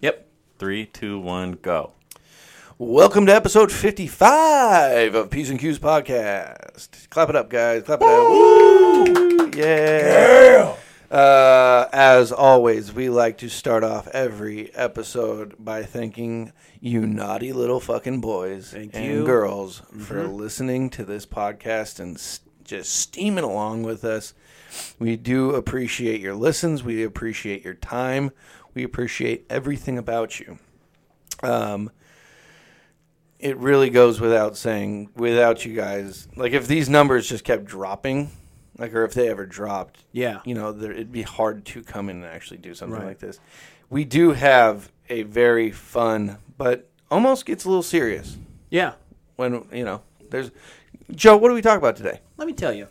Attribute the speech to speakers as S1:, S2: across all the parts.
S1: Yep.
S2: Three, two, one, go.
S1: Welcome to episode 55 of P's and Q's podcast. Clap it up, guys. Clap it up. Woo! Yeah. Uh, as always, we like to start off every episode by thanking you naughty little fucking boys
S3: Thank
S1: and
S3: you.
S1: girls for listening to this podcast and s- just steaming along with us. We do appreciate your listens. We appreciate your time. We appreciate everything about you it really goes without saying without you guys like if these numbers just kept dropping like or if they ever dropped
S3: Yeah.
S1: you know there, it'd be hard to come in and actually do something
S3: Right.
S1: like this we do have a very fun but almost gets a little serious
S3: Yeah.
S1: when you know there's joe what do we talk about today
S3: Let me tell you.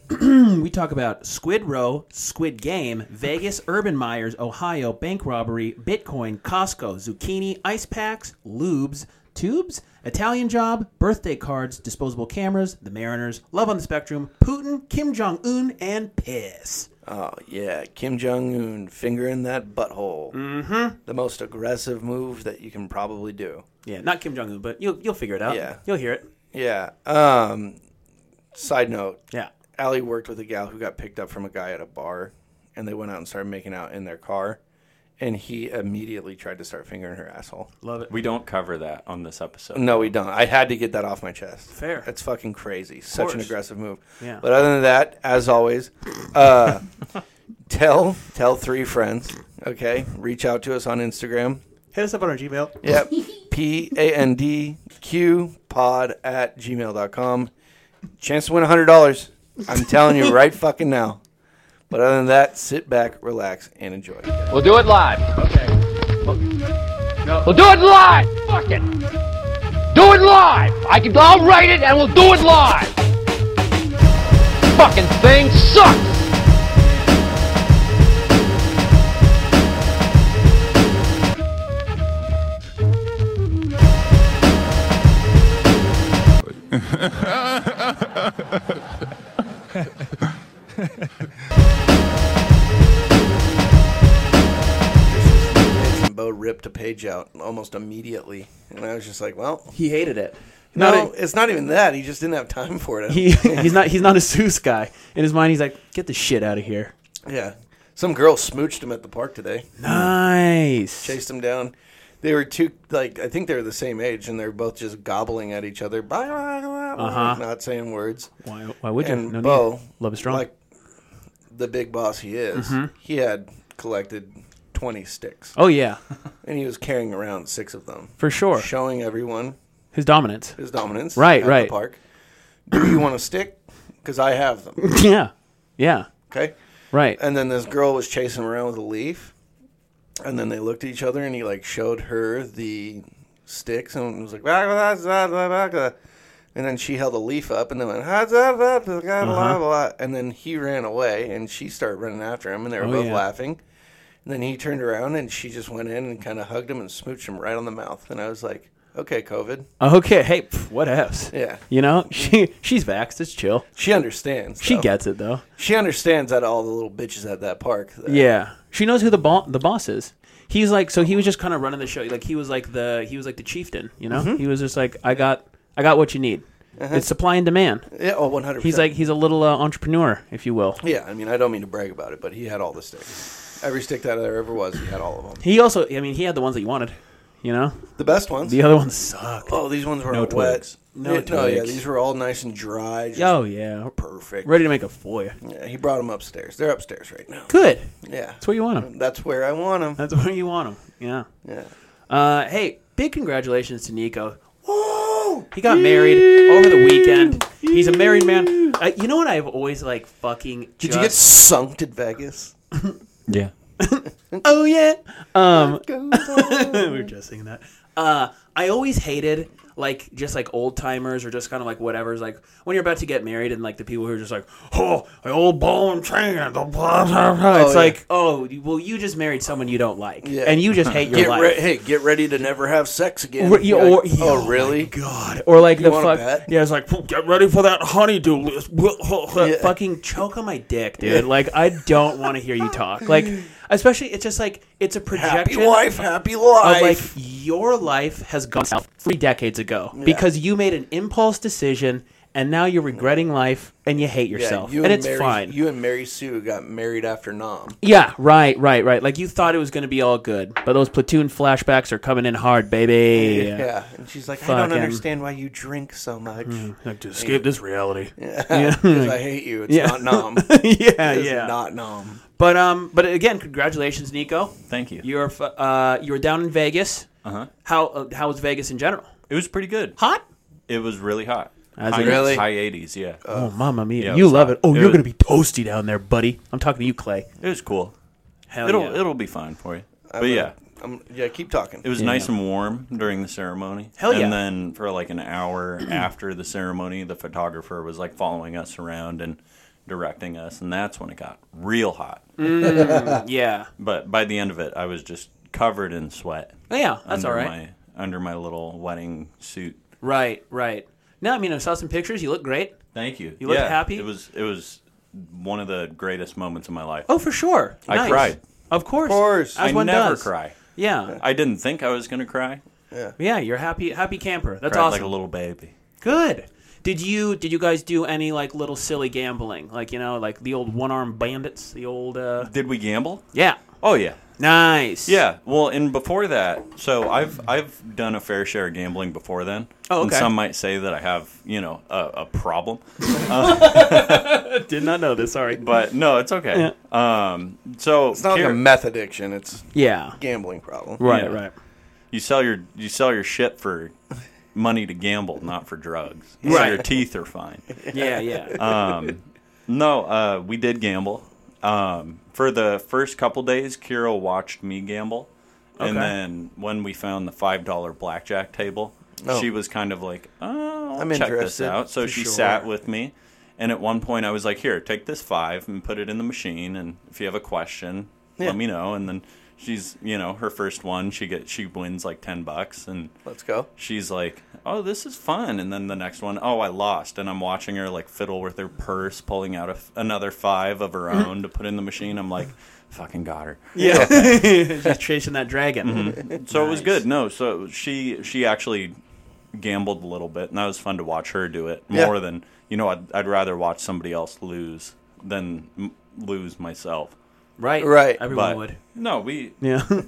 S3: we talk about Squid Row, Squid Game, Vegas, Urban Myers, Ohio, bank robbery, Bitcoin, Costco, zucchini, ice packs, lubes, tubes, Italian job, birthday cards, disposable cameras, the Mariners, Love on the Spectrum, Putin, Kim Jong Un, and piss.
S1: oh yeah kim jong-un fingering that butthole mm-hmm. the most aggressive move that you can probably do
S3: Yeah, not Kim Jong Un, but you'll you'll figure it out.
S1: Yeah.
S3: you'll hear it.
S1: yeah um side note
S3: Yeah.
S1: Allie worked with a gal who got picked up from a guy at a bar, and they went out and started making out in their car, and he immediately tried to start fingering her asshole.
S3: Love it.
S2: We don't cover that on this episode.
S1: No, we don't. I had to get that off my chest.
S3: Fair.
S1: That's fucking crazy. Such an
S3: course.
S1: aggressive move.
S3: Yeah.
S1: But other than that, as always, uh, tell tell three friends. Okay. Reach out to us on Instagram.
S3: Hit us up on our Gmail.
S1: Yep. P A N D Q pod at gmail.com. Chance to win $100. I'm telling you right fucking now. But other than that, sit back, relax, and enjoy.
S4: We'll do it live. Okay. We'll do it live. Fuck it. Do it live. I can. I'll write it, and we'll do it live. Fucking thing sucks.
S1: And Bo ripped a page out almost immediately. And I was just like, well,
S3: He hated it.
S1: no,
S3: Not
S1: it's not even that. He just didn't have time for it.
S3: he, he's not he's not a Seuss guy. In his mind, he's like, get the shit out of here.
S1: yeah. Some girl smooched him at the park today.
S3: Nice.
S1: chased him down. They were two, like, I think they were the same age, and they were both just gobbling at each other, uh-huh. not saying words.
S3: Why, why would you?
S1: And
S3: no
S1: Bo,
S3: need. Love is strong. Mm-hmm.
S1: like the big boss he is, he had collected 20 sticks,
S3: oh yeah,
S1: and he was carrying around six of them,
S3: for sure.
S1: showing everyone
S3: His dominance.
S1: his dominance
S3: Right,
S1: at
S3: right.
S1: the park. Do you want a stick? Because I have them,
S3: yeah, yeah,
S1: okay?
S3: right.
S1: And then this girl was chasing him around with a leaf, and then they looked at each other, and he, like, showed her the sticks, and was like, "Blah, blah, blah, blah, blah, blah." and then she held a leaf up, and then went, "Ah, blah, blah, blah, blah, blah, blah." and then he ran away, and she started running after him, and they were
S3: Uh-huh. Oh,
S1: both
S3: yeah.
S1: laughing. And then he turned around, and she just went in and kind of hugged him and smooched him right on the mouth, and I was like, "Okay, COVID,
S3: Oh, okay, hey, pff, what else?
S1: Yeah.
S3: you know she she's vaxxed. It's chill.
S1: she understands.
S3: She
S1: though.
S3: gets it though.
S1: she understands that all the little bitches at that park. that-
S3: Yeah, she knows who the bo- the boss is. He's like so he was just kind of running the show. Like he was like the he was like the chieftain. You
S1: Mm-hmm.
S3: know, he was just like I got I got what you need.
S1: Uh-huh.
S3: It's supply and demand.
S1: yeah, oh, one hundred.
S3: He's like he's a little uh, entrepreneur, if you will.
S1: Yeah, I mean, I don't mean to brag about it, but he had all the sticks. Every stick that there ever was, he had all of them.
S3: He also, I mean, he had the ones that you wanted. You know,
S1: The best ones.
S3: the other ones sucked.
S1: oh, these ones were not wet.
S2: twigs.
S1: No, yeah, no, yeah, these were all nice and dry. Just
S3: Oh yeah,
S1: perfect.
S3: ready to make a foil.
S1: Yeah, he brought them upstairs. They're upstairs right now.
S3: Good.
S1: Yeah,
S3: That's where you want them.
S1: That's where I want them.
S3: That's where you want them. Yeah.
S1: Yeah.
S3: Uh, hey, big congratulations to Nico.
S1: Whoa!
S3: He got married over the weekend. He's a married man. Uh, you know what? I've always like fucking.
S1: Did you get sunked at Vegas?
S2: Yeah.
S3: Oh yeah. Um,
S1: Goes on.
S3: we were just singing that. Uh, I always hated like just like old timers or just kind of like whatever's like when you're about to get married and like the people who are just like oh the old ball and chain the blah blah blah. It's
S1: yeah.
S3: like oh you- well you just married someone you don't like
S1: Yeah.
S3: and you just hate your
S1: Get
S3: life.
S1: re- hey, get ready to never have sex again.
S3: Or- yeah,
S1: You're like,
S3: or- yeah,
S1: oh,
S3: my
S1: really?
S3: God, or like the
S1: wanna
S3: fuck,
S1: bet?
S3: yeah, it's like "Well, get ready for that honeydew list.
S1: Yeah.
S3: Fucking choke on my dick, dude. Like I don't want to hear you talk. Like especially, It's just like it's a
S1: Happy
S3: projection
S1: wife, happy
S3: of like
S1: life.
S3: your life has gone south three decades ago because you made an impulse decision and now you're regretting life and you hate yourself and it's
S1: Mary,
S3: fine.
S1: You and Mary Sue got married after Nom.
S3: yeah, right, right, right. Like you thought it was going to be all good, but those platoon flashbacks are coming in hard, baby.
S1: Yeah. And she's like, I don't
S3: Fucking-
S1: understand why you drink so much.
S3: Like Hmm. to escape this reality. Yeah,
S1: Because I hate you. It's
S3: Yeah.
S1: not Nom.
S3: yeah,
S1: It's
S3: yeah.
S1: not Nom.
S3: But um, but again, congratulations, Nico.
S2: Thank you.
S3: You're fu- uh, you were down in Vegas.
S2: Uh-huh.
S3: How uh, how was Vegas in general?
S2: It was pretty good.
S3: Hot.
S2: It was really hot.
S3: As
S2: high,
S3: it-
S1: Really?
S2: high 80s, yeah.
S3: Oh, mamma mia!
S2: Yeah, it
S3: you
S2: was
S3: love
S2: hot.
S3: it. Oh,
S2: It
S3: you're
S2: was-
S3: gonna be toasty down there, buddy. I'm talking to you, Clay.
S2: It was cool.
S3: Hell
S2: It'll
S3: yeah.
S2: it'll be fine for you. But yeah,
S1: Um, yeah, keep talking.
S2: it was nice and warm during the ceremony.
S3: Hell yeah.
S2: And then for like an hour after the ceremony, the photographer was like following us around and directing us, and that's when it got real hot.
S3: Mm. yeah.
S2: But by the end of it, I was just covered in sweat.
S3: Oh, yeah, that's
S2: under
S3: all right.
S2: My, under my little wedding suit.
S3: Right, right. No, I mean I saw some pictures. You look great.
S2: Thank you.
S3: You look happy?
S2: It was it was one of the greatest moments of my life.
S3: Oh, for sure.
S2: I
S3: Nice.
S2: cried.
S3: Of course.
S1: Of course.
S2: I
S3: As one
S2: never
S3: does.
S2: cry.
S3: Yeah.
S2: I didn't think I was gonna cry.
S3: Yeah. You're a happy, happy camper. That's
S2: cried
S3: awesome.
S2: like a little baby.
S3: Good. Did you did you guys do any like little silly gambling? Like you know, like the old one armed bandits, the old uh
S2: Did we gamble?
S3: Yeah.
S2: Oh yeah.
S3: Nice.
S2: Yeah. Well, and before that, so I've I've done a fair share of gambling before then.
S3: Oh,
S2: And
S3: okay.
S2: some might say that I have, you know, a, a problem.
S3: Did not know this, sorry.
S2: But no, it's okay. Um so
S1: It's not like a
S2: here-
S1: meth addiction. It's
S3: Yeah.
S1: gambling problem.
S3: Right,
S2: Yeah.
S3: right.
S2: you sell your you sell your shit for money to gamble, not for drugs. So
S3: Right.
S2: your teeth are fine.
S3: Yeah, yeah.
S2: Uh, No, uh, we did gamble. Um, for the first couple days, Kiro watched me gamble, and
S3: Okay.
S2: then when we found the five dollar blackjack table,
S1: Oh.
S2: she was kind of like, "Oh, I'll
S1: I'm
S2: check this
S1: interested,
S2: out." So
S1: for
S2: she
S1: sure.
S2: sat with me, and at one point, I was like, "Here, take this five and put it in the machine, and if you have a question,
S1: Yeah.
S2: let me know." And then she's, you know, her first one, she gets she wins like ten bucks, and
S1: Let's go.
S2: she's like, "Oh, this is fun," and then the next one, "Oh, I lost," and I'm watching her like fiddle with her purse, pulling out a f another five of her own to put in the machine. I'm like, "Fucking got her."
S3: yeah. She's chasing that dragon.
S2: So it was good. No, so she she actually gambled a little bit, and that was fun to watch her do it
S1: Yeah.
S2: more than you know. I'd, I'd rather watch somebody else lose than m- lose myself.
S3: Right.
S1: Right,
S3: Everyone
S2: But
S3: would.
S2: no, we
S3: Yeah.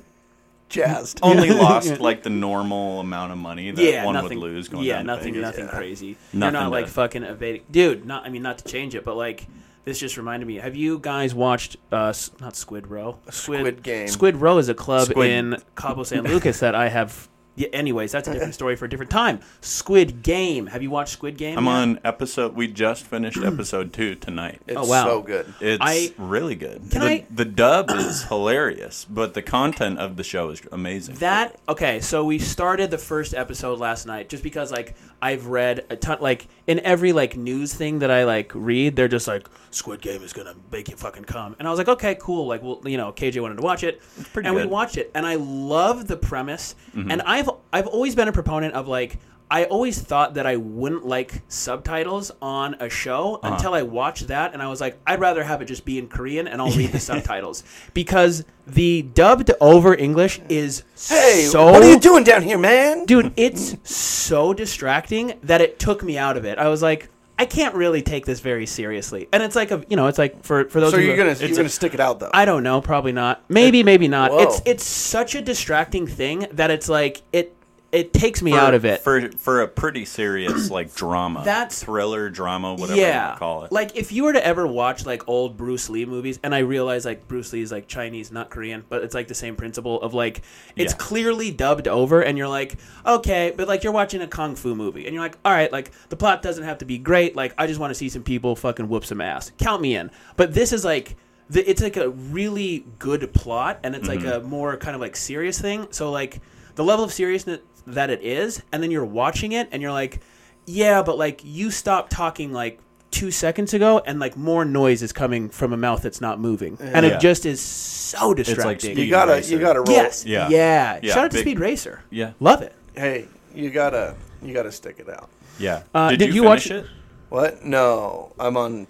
S1: Jazzed.
S3: Oh,
S2: only lost like the normal amount of money that
S3: yeah.
S2: one
S3: nothing.
S2: would lose. Going
S3: yeah.
S2: down to
S3: Nothing.
S2: Vegas.
S3: Nothing crazy.
S2: Nothing
S3: You're not like
S2: to-
S3: fucking evading, dude. Not. I mean, not to change it, but like this just reminded me. Have you guys watched? Uh, s- not Squid Row.
S1: Squid Game.
S3: Squid Row is a club
S2: Squid-
S3: in Cabo San Lucas that I have. Yeah, anyways, that's a different story for a different time. Squid Game. Have you watched Squid Game?
S2: I'm
S3: yet?
S2: on episode. We just finished episode two tonight.
S1: It's
S3: Oh, wow.
S1: so good.
S2: It's
S3: I-
S2: really good.
S3: Can
S2: the,
S3: I-
S2: the dub is hilarious, but the content of the show is amazing.
S3: That okay, so we started the first episode last night just because like I've read a ton like in every like news thing that I like read, they're just like Squid Game is gonna make you fucking come. And I was like, okay, cool, like well you know, KJ wanted to watch it.
S2: pretty
S3: and we
S2: good. Mm-hmm.
S3: watched it and I love the premise and I've I've always been a proponent of like I always thought that I wouldn't like subtitles on a show
S2: Uh-huh.
S3: until I watched that, and I was like, I'd rather have it just be in Korean, and I'll read the subtitles because the dubbed over English is
S1: Hey,
S3: so
S1: what are you doing down here, man?
S3: dude it's so distracting that it took me out of it i was like i can't really take this very seriously and it's like a you know it's like for for those
S1: so
S3: who
S1: you're gonna
S3: it's
S1: you're
S3: a-
S1: gonna stick it out though.
S3: i don't know probably not maybe maybe not
S1: Whoa.
S3: it's it's such a distracting thing that it's like it it takes me
S2: For-
S3: out of it
S2: for for a pretty serious like drama.
S3: That's-
S2: thriller drama, whatever you
S3: yeah
S2: wanna call it.
S3: like if you were to ever watch like old bruce lee movies and i realize like bruce lee is like chinese not korean but it's like the same principle of like it's
S2: Yeah.
S3: clearly dubbed over and you're like okay but like you're watching a kung fu movie and you're like all right like the plot doesn't have to be great like i just want to see some people fucking whoop some ass count me in but this is like the, it's like a really good plot and it's like a more kind of like serious thing so like the level of seriousness that it is and then you're watching it and you're like yeah, but like you stopped talking like two seconds ago, and like more noise is coming from a mouth that's not moving, and
S2: Yeah.
S3: it just is so distracting.
S2: speed-
S1: you gotta
S2: Racer.
S1: you gotta roll.
S3: yes, yeah,
S2: Yeah.
S3: yeah.
S2: Yeah,
S3: Shout out to
S2: big-
S3: Speed Racer.
S2: Yeah.
S3: love it.
S1: Hey, you gotta you gotta stick it out.
S2: yeah.
S3: Uh,
S2: did,
S3: did
S2: you,
S3: you
S2: finish
S3: watch-
S2: it?
S1: What? No, I'm on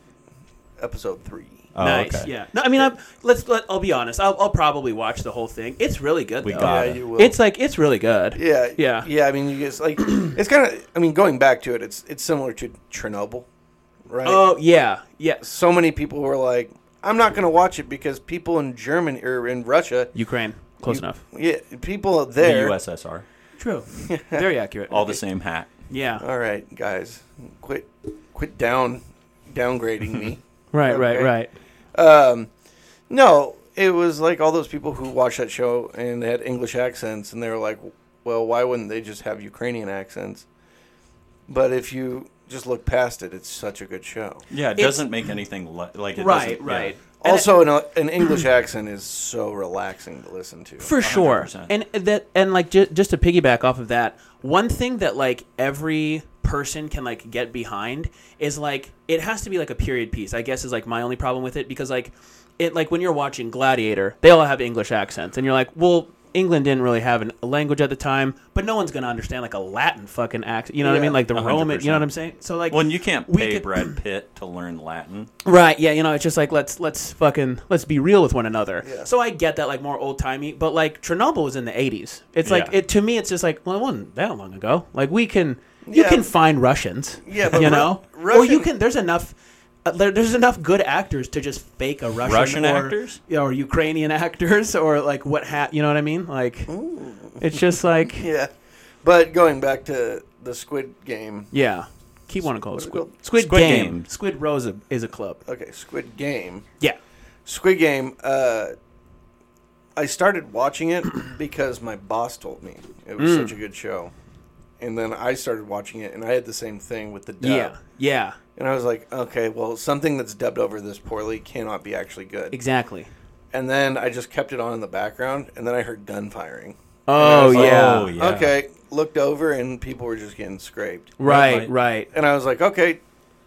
S1: episode three.
S2: Oh,
S3: nice.
S2: okay.
S3: Yeah. No, I mean, I'm, let's let. I'll be honest. I'll, I'll probably watch the whole thing. It's really good.
S2: We
S3: though.
S2: got
S1: Yeah,
S2: it.
S1: you will.
S3: It's like it's really good.
S1: Yeah,
S3: Yeah.
S1: yeah. I mean, you just like it's kind of. I mean, going back to it, it's it's similar to Chernobyl, right?
S3: Oh yeah. Yes.
S1: so many people were like, "I'm not going to watch it because people in Germany or in Russia,
S3: Ukraine. Close enough.
S1: yeah, people
S2: The
S1: there."
S2: USSR.
S3: True. Very accurate.
S2: All the same hat.
S3: Yeah.
S1: All right, guys, quit, quit down, downgrading me.
S3: right. Right.
S1: okay.
S3: Right.
S1: Um, no, it was like all those people who watched that show and they had English accents, and they were like, "Well, why wouldn't they just have Ukrainian accents?" But if you just look past it, it's such a good show.
S2: Yeah, it
S3: It's-
S2: doesn't make anything li- like it
S3: Right.
S2: doesn't- yeah.
S3: Right. And it-
S1: Also, an, an English accent is so relaxing to listen to.
S3: for sure
S2: 100%.
S3: and that and like ju- just to piggyback off of that one thing that like every person can like get behind is like it has to be like a period piece i guess is like my only problem with it because like it like when you're watching gladiator they all have english accents and you're like well england didn't really have an, a language at the time but no one's gonna understand like a latin fucking accent you know what i
S1: Yeah,
S3: mean like the
S2: 100%.
S3: roman you know what i'm saying so like
S2: Well, and you can't
S3: we
S2: pay
S3: could-
S2: Brad Pitt to learn Latin.
S3: Right. Yeah. You know, it's just like let's let's fucking let's be real with one another.
S1: Yeah.
S3: So I get that like more old timey, but like Chernobyl was in the eighties. It's like
S2: Yeah.
S3: it to me. It's just like well, it wasn't that long ago. Like we can you
S1: Yeah.
S3: can find Russians.
S1: Yeah, but
S3: you
S1: Ru-
S3: know, or you
S1: Russian-
S3: can. There's enough. Uh, there, there's enough good actors to just fake a Russian,
S2: Russian
S3: or,
S2: actors?
S3: yeah, or Ukrainian actors, or like what hat? You know what I mean? Like, it's just like yeah.
S1: Yeah, but going back to the Squid Game.
S3: Keep wanting to call it
S1: it
S3: Squid,
S1: called?
S3: Squid,
S2: Squid
S3: Game.
S2: Game.
S3: Squid Rose is a- is a club.
S1: Okay, Squid Game.
S3: Yeah.
S1: Squid Game. Uh, I started watching it because my boss told me it was such a
S3: Mm.
S1: good show, and then I started watching it, and I had the same thing with the dub.
S3: Yeah. Yeah.
S1: And I was like, okay, well, something that's dubbed over this poorly cannot be actually good.
S3: Exactly.
S1: And then I just kept it on in the background, and then I heard gun firing.
S3: Oh yeah.
S2: Oh, yeah.
S1: Okay, looked over, and people were just getting scraped.
S3: Right,
S2: Right.
S3: right.
S1: And I was like, okay,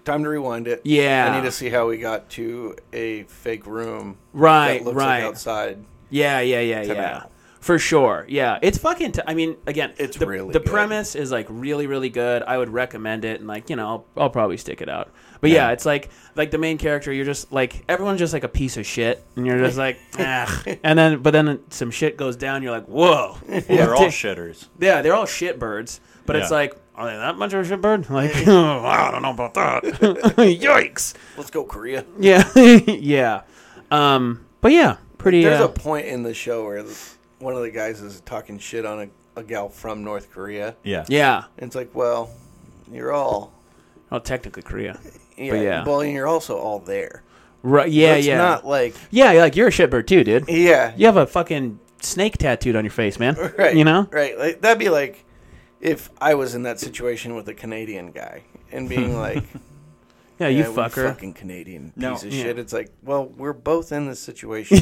S1: time to rewind it.
S3: Yeah.
S1: I need to see how we got to a fake room.
S3: Right,
S1: That looks
S3: right.
S1: like outside.
S3: Yeah, yeah, yeah,
S1: Ten
S3: yeah.
S1: out.
S3: For sure. Yeah. It's fucking t- I mean, again,
S1: It's
S3: the,
S1: really
S3: the
S1: good.
S3: premise is like really really good. I would recommend it and like, you know, I'll, I'll probably stick it out. But yeah.
S2: Yeah.
S3: it's like like the main character, you're just like everyone's just like a piece of shit and you're just like, "Ah." And then but then some shit goes down, you're like, "Whoa."
S2: Well, they're all shitters.
S3: Yeah, they're all shit birds, but it's
S2: Yeah.
S3: like are they that much of a shit bird? Like, "Oh, I don't know about that. Yikes.
S1: Let's go Korea.
S3: Yeah, yeah. Um, but yeah, pretty.
S1: There's
S3: uh,
S1: a point in the show where one of the guys is talking shit on a, a gal from North Korea.
S2: Yeah.
S3: yeah.
S1: And it's like, well, you're all
S3: Well, technically Korea.
S1: yeah,
S3: But yeah.
S1: well, and you're also all there.
S3: Right? Yeah,
S1: it's
S3: yeah.
S1: not like
S3: yeah, you're like you're a shitbird too, dude.
S1: yeah,
S3: You have a fucking snake tattooed on your face, man.
S1: right.
S3: You know?
S1: right? Like, that'd be like if I was in that situation with a Canadian guy and being like, "Yeah,
S3: Yeah, you
S1: we
S3: fucker.
S1: fucking Canadian piece
S2: No.
S1: of
S2: Yeah.
S1: shit." It's like, well, we're both in this situation.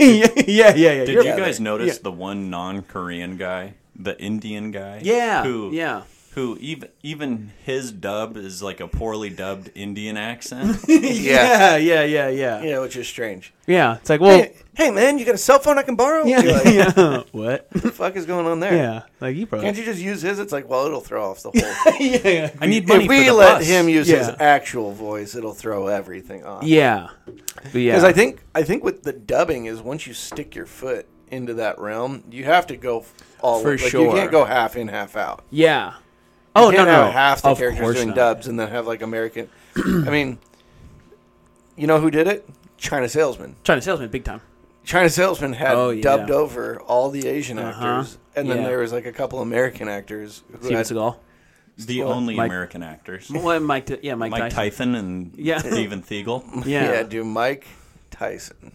S3: yeah, yeah, yeah. yeah.
S2: Did
S3: you're-
S2: you guys
S1: they-
S2: notice
S1: yeah.
S2: the one non-Korean guy, the Indian guy?
S3: Yeah,
S2: Who?
S3: yeah.
S2: Who even even his dub is like a poorly dubbed Indian accent.
S1: yeah,
S3: yeah, yeah, yeah, yeah, yeah.
S1: yeah, which is strange.
S3: It's like, well,
S1: hey, hey, man, you got a cell phone I can borrow?
S3: yeah,
S1: You're like,
S3: yeah. what?
S1: What the fuck is going on there?
S3: Yeah, like you probably.
S1: Can't you just use his? It's like, well, it'll throw off the whole.
S3: yeah, yeah.
S2: I need money
S1: if we
S2: for the
S1: let
S2: bus.
S1: him use his
S3: Yeah.
S1: actual voice, it'll throw everything off.
S3: yeah, But yeah.
S1: Because I think I think with the dubbing is once you stick your foot into that realm, you have to go f- all
S3: For
S1: like, You
S3: sure.
S1: can't go half in, half out.
S3: yeah. Oh
S1: you
S3: no,
S1: can't have
S3: no.
S1: half the
S3: Of
S1: characters
S3: course
S1: doing
S3: not.
S1: dubs and then have like American. I mean, you know who did it? China Salesman.
S3: China salesman, big time.
S1: China Salesman had
S3: Oh, yeah.
S1: dubbed over all the Asian actors, and then
S3: Yeah.
S1: there was like a couple American actors who
S3: Steven
S1: had
S3: Seagal.
S2: the only
S3: Mike-
S2: American actors.
S3: Well, Mike, Ty- yeah, Mike,
S2: Mike
S3: Tyson.
S2: Tyson and
S3: Yeah.
S2: Steven Thiegel.
S1: yeah.
S3: Yeah.
S1: do Mike Tyson.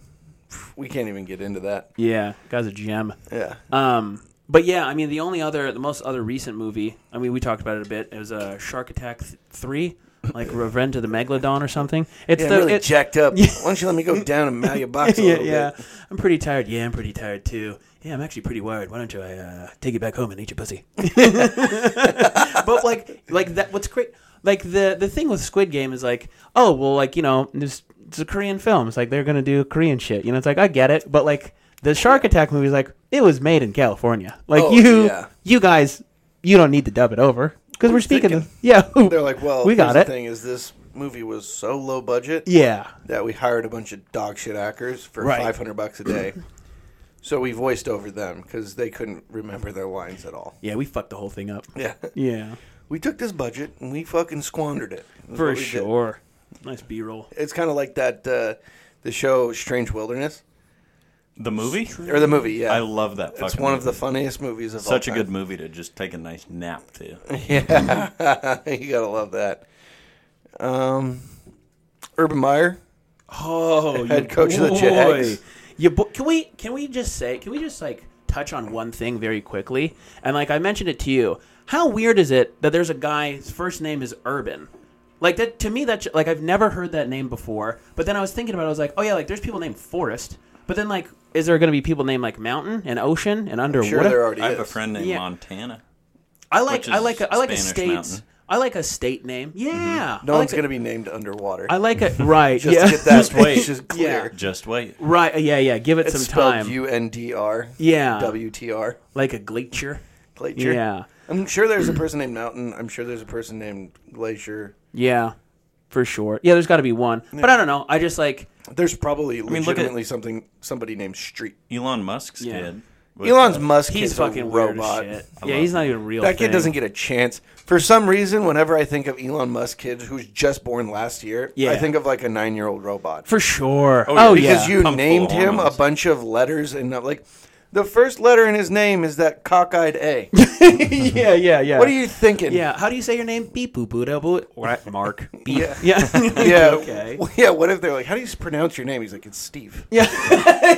S1: We can't even get into that.
S3: Yeah, guy's a gem.
S1: Yeah,
S3: Um, but yeah, I mean, the only other, the most other recent movie, I mean, we talked about it a bit. It was uh, Shark Attack th- Three, like Revenge of the Megalodon or something. It's
S1: yeah I'm
S3: the
S1: really
S3: it-
S1: jacked up. Why don't you let me go down and mail your box a
S3: yeah,
S1: little
S3: yeah.
S1: bit?
S3: I'm pretty tired. Yeah, I'm pretty tired too. Yeah, I'm actually pretty wired. Why don't you I uh, take you back home and eat your pussy? but like, like that. What's great? Like the the thing with Squid Game is like, oh well, like you know, this it's a Korean film. It's like they're gonna do Korean shit. You know, it's like I get it, but like the Shark Attack movie is like it was made in California. Like
S1: Oh,
S3: you,
S1: yeah.
S3: you guys, you don't need to dub it over.
S5: because we're speaking. the- yeah,
S1: They're like, well,
S5: we
S1: here's
S5: got
S1: the
S5: it.
S1: thing is this movie was so low budget
S5: Yeah,
S1: that we hired a bunch of dog shit actors for
S5: Right.
S1: 500 bucks a day. so we voiced over them because they couldn't remember their lines at all.
S5: yeah, we fucked the whole thing up.
S1: Yeah.
S5: Yeah,
S1: We took this budget and we fucking squandered it. That's what
S5: for
S1: we did.
S5: sure.
S3: Nice B roll.
S1: It's kind of like that, uh, the show Strange Wilderness.
S2: The movie?
S1: Or the movie, yeah.
S2: I love that.
S1: It's
S2: fucking
S1: one of
S2: movie.
S1: the funniest movies of
S2: such a
S1: all
S2: good
S1: time.
S2: movie to just take a nice nap to.
S1: Yeah, you gotta love that. Um, Urban Meyer,
S3: Oh,
S1: Head
S3: you
S1: coach of the
S3: boy.
S1: Jags.
S3: You bo- can we can we just say can we just like touch on one thing very quickly? And like I mentioned it to you, how weird is it that there's a guy his first name is Urban? Like that to me that like I've never heard that name before. But then I was thinking about it, I was like, oh yeah, like there's people named Forest. But then like is there going to be people named like Mountain and Ocean and Underwater?
S1: sure there already
S2: I have a
S1: is.
S2: friend named
S3: Yeah.
S2: Montana.
S3: I like
S2: which
S3: I
S2: is
S3: like a, I like a
S2: Spanish
S3: state
S2: mountain.
S3: I like a state name. Yeah.
S1: Mm-hmm. No
S3: I like
S1: one's
S3: a-
S1: gonna be named Underwater.
S3: I like it. Right.
S1: just
S3: yeah.
S1: to get that just
S2: wait.
S1: just clear.
S2: Just wait.
S3: Right. Yeah. Yeah. Give it
S1: It's
S3: some time.
S1: spelled U N D R.
S3: Yeah.
S1: W T R.
S3: like a glacier.
S1: Glacier.
S3: Yeah.
S1: I'm sure there's a person named Mountain. I'm sure there's a person named Glacier.
S3: Yeah, for sure. Yeah, there's got to be one. But I don't know. I just like
S1: There's probably
S2: mean, look at-
S1: legitimately something somebody named Street.
S2: Elon Musk's
S3: Yeah.
S2: kid. with,
S1: Elon's
S2: uh,
S1: Musk. is
S3: he's
S1: a
S3: fucking weird
S1: robot.
S3: as shit. Yeah, he's not even a real.
S1: That kid
S3: thing.
S1: doesn't get a chance. For some reason, whenever I think of Elon Musk kid who's just born last year,
S3: Yeah.
S1: I think of like a nine year old robot.
S3: for sure. Oh,
S2: yeah.
S1: because
S3: yeah.
S1: you
S2: Pumped full of
S1: named him a
S2: hormones.
S1: bunch of letters and uh, like the first letter in his name is that cockeyed A.
S5: yeah, yeah, yeah.
S1: what are you thinking?
S3: yeah. How do you say your name? Beep boop boop da, boop. Right, Mark. Beep. Yeah. Yeah.
S1: Yeah.
S3: Okay.
S1: w- Yeah. What if they're like, how do you s- pronounce your name? He's like, it's Steve. Yeah.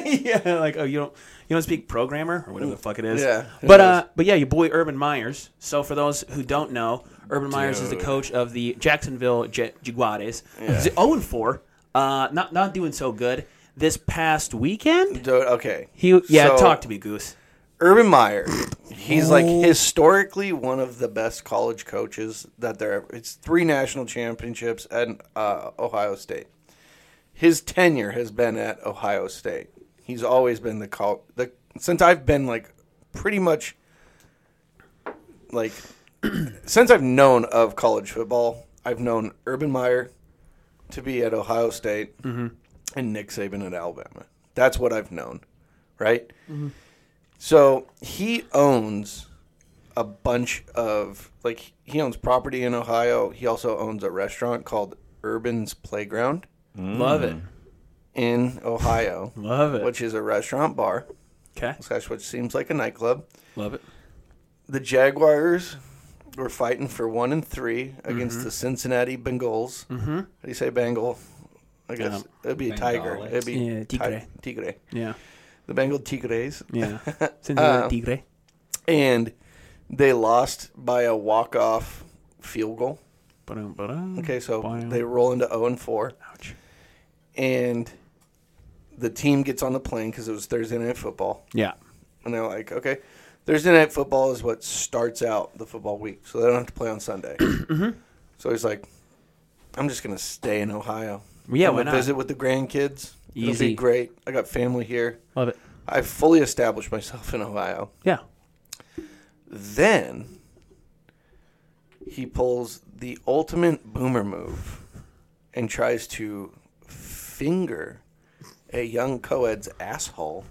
S3: yeah. Like oh, you don't you don't speak programmer or whatever the fuck it is.
S1: Yeah, who
S3: But
S1: knows?
S3: uh, but yeah, your boy Urban Myers. So for those who don't know, Urban Myers is the coach of the Jacksonville Ja- Jaguares. He's zero and four. Uh, not not doing so good. This past weekend,
S1: okay.
S3: he yeah,
S1: So,
S3: talk to me, Goose.
S1: Urban Meyer. He's like historically one of the best college coaches that there. ever- It's three national championships at uh, Ohio State. His tenure has been at Ohio State. He's always been the call. The since I've been like pretty much like since I've known of college football, I've known Urban Meyer to be at Ohio State and Nick Saban at Alabama. That's what I've known, right? So he owns a bunch of like he owns property in Ohio. He also owns a restaurant called Urban's Playground
S3: Love
S1: Mm.
S3: it.
S1: in Ohio,
S3: Love it.
S1: which is a restaurant bar
S3: Okay.
S1: slash which seems like a nightclub.
S3: Love it.
S1: The Jaguars were fighting for one and three against
S3: Mm-hmm.
S1: the Cincinnati Bengals. Mm-hmm. How do you say Bengal? I guess it'd be a tiger.
S2: Bengales.
S1: It'd be
S3: Yeah,
S1: ti-
S3: tigre.
S1: tigre.
S3: Yeah.
S1: The Bengal Tigres.
S3: Yeah.
S1: Um,
S3: Tigre.
S1: And they lost by a walk off field goal. Okay, so they roll into 0 and 4,
S3: Ouch.
S1: and the team gets on the plane because it was Thursday night football,
S3: Yeah.
S1: and they're like, okay, Thursday night football is what starts out the football week, so they don't have to play on Sunday.
S3: Mm-hmm.
S1: So he's like, I'm just gonna stay in Ohio.
S3: Yeah,
S1: I'm
S3: why
S1: gonna
S3: not?
S1: visit with the grandkids. It'll
S3: Easy.
S1: be great. I got family here.
S3: Love it.
S1: I've fully established myself in Ohio.
S3: Yeah.
S1: Then he pulls the ultimate boomer move and tries to finger a young co-ed's asshole,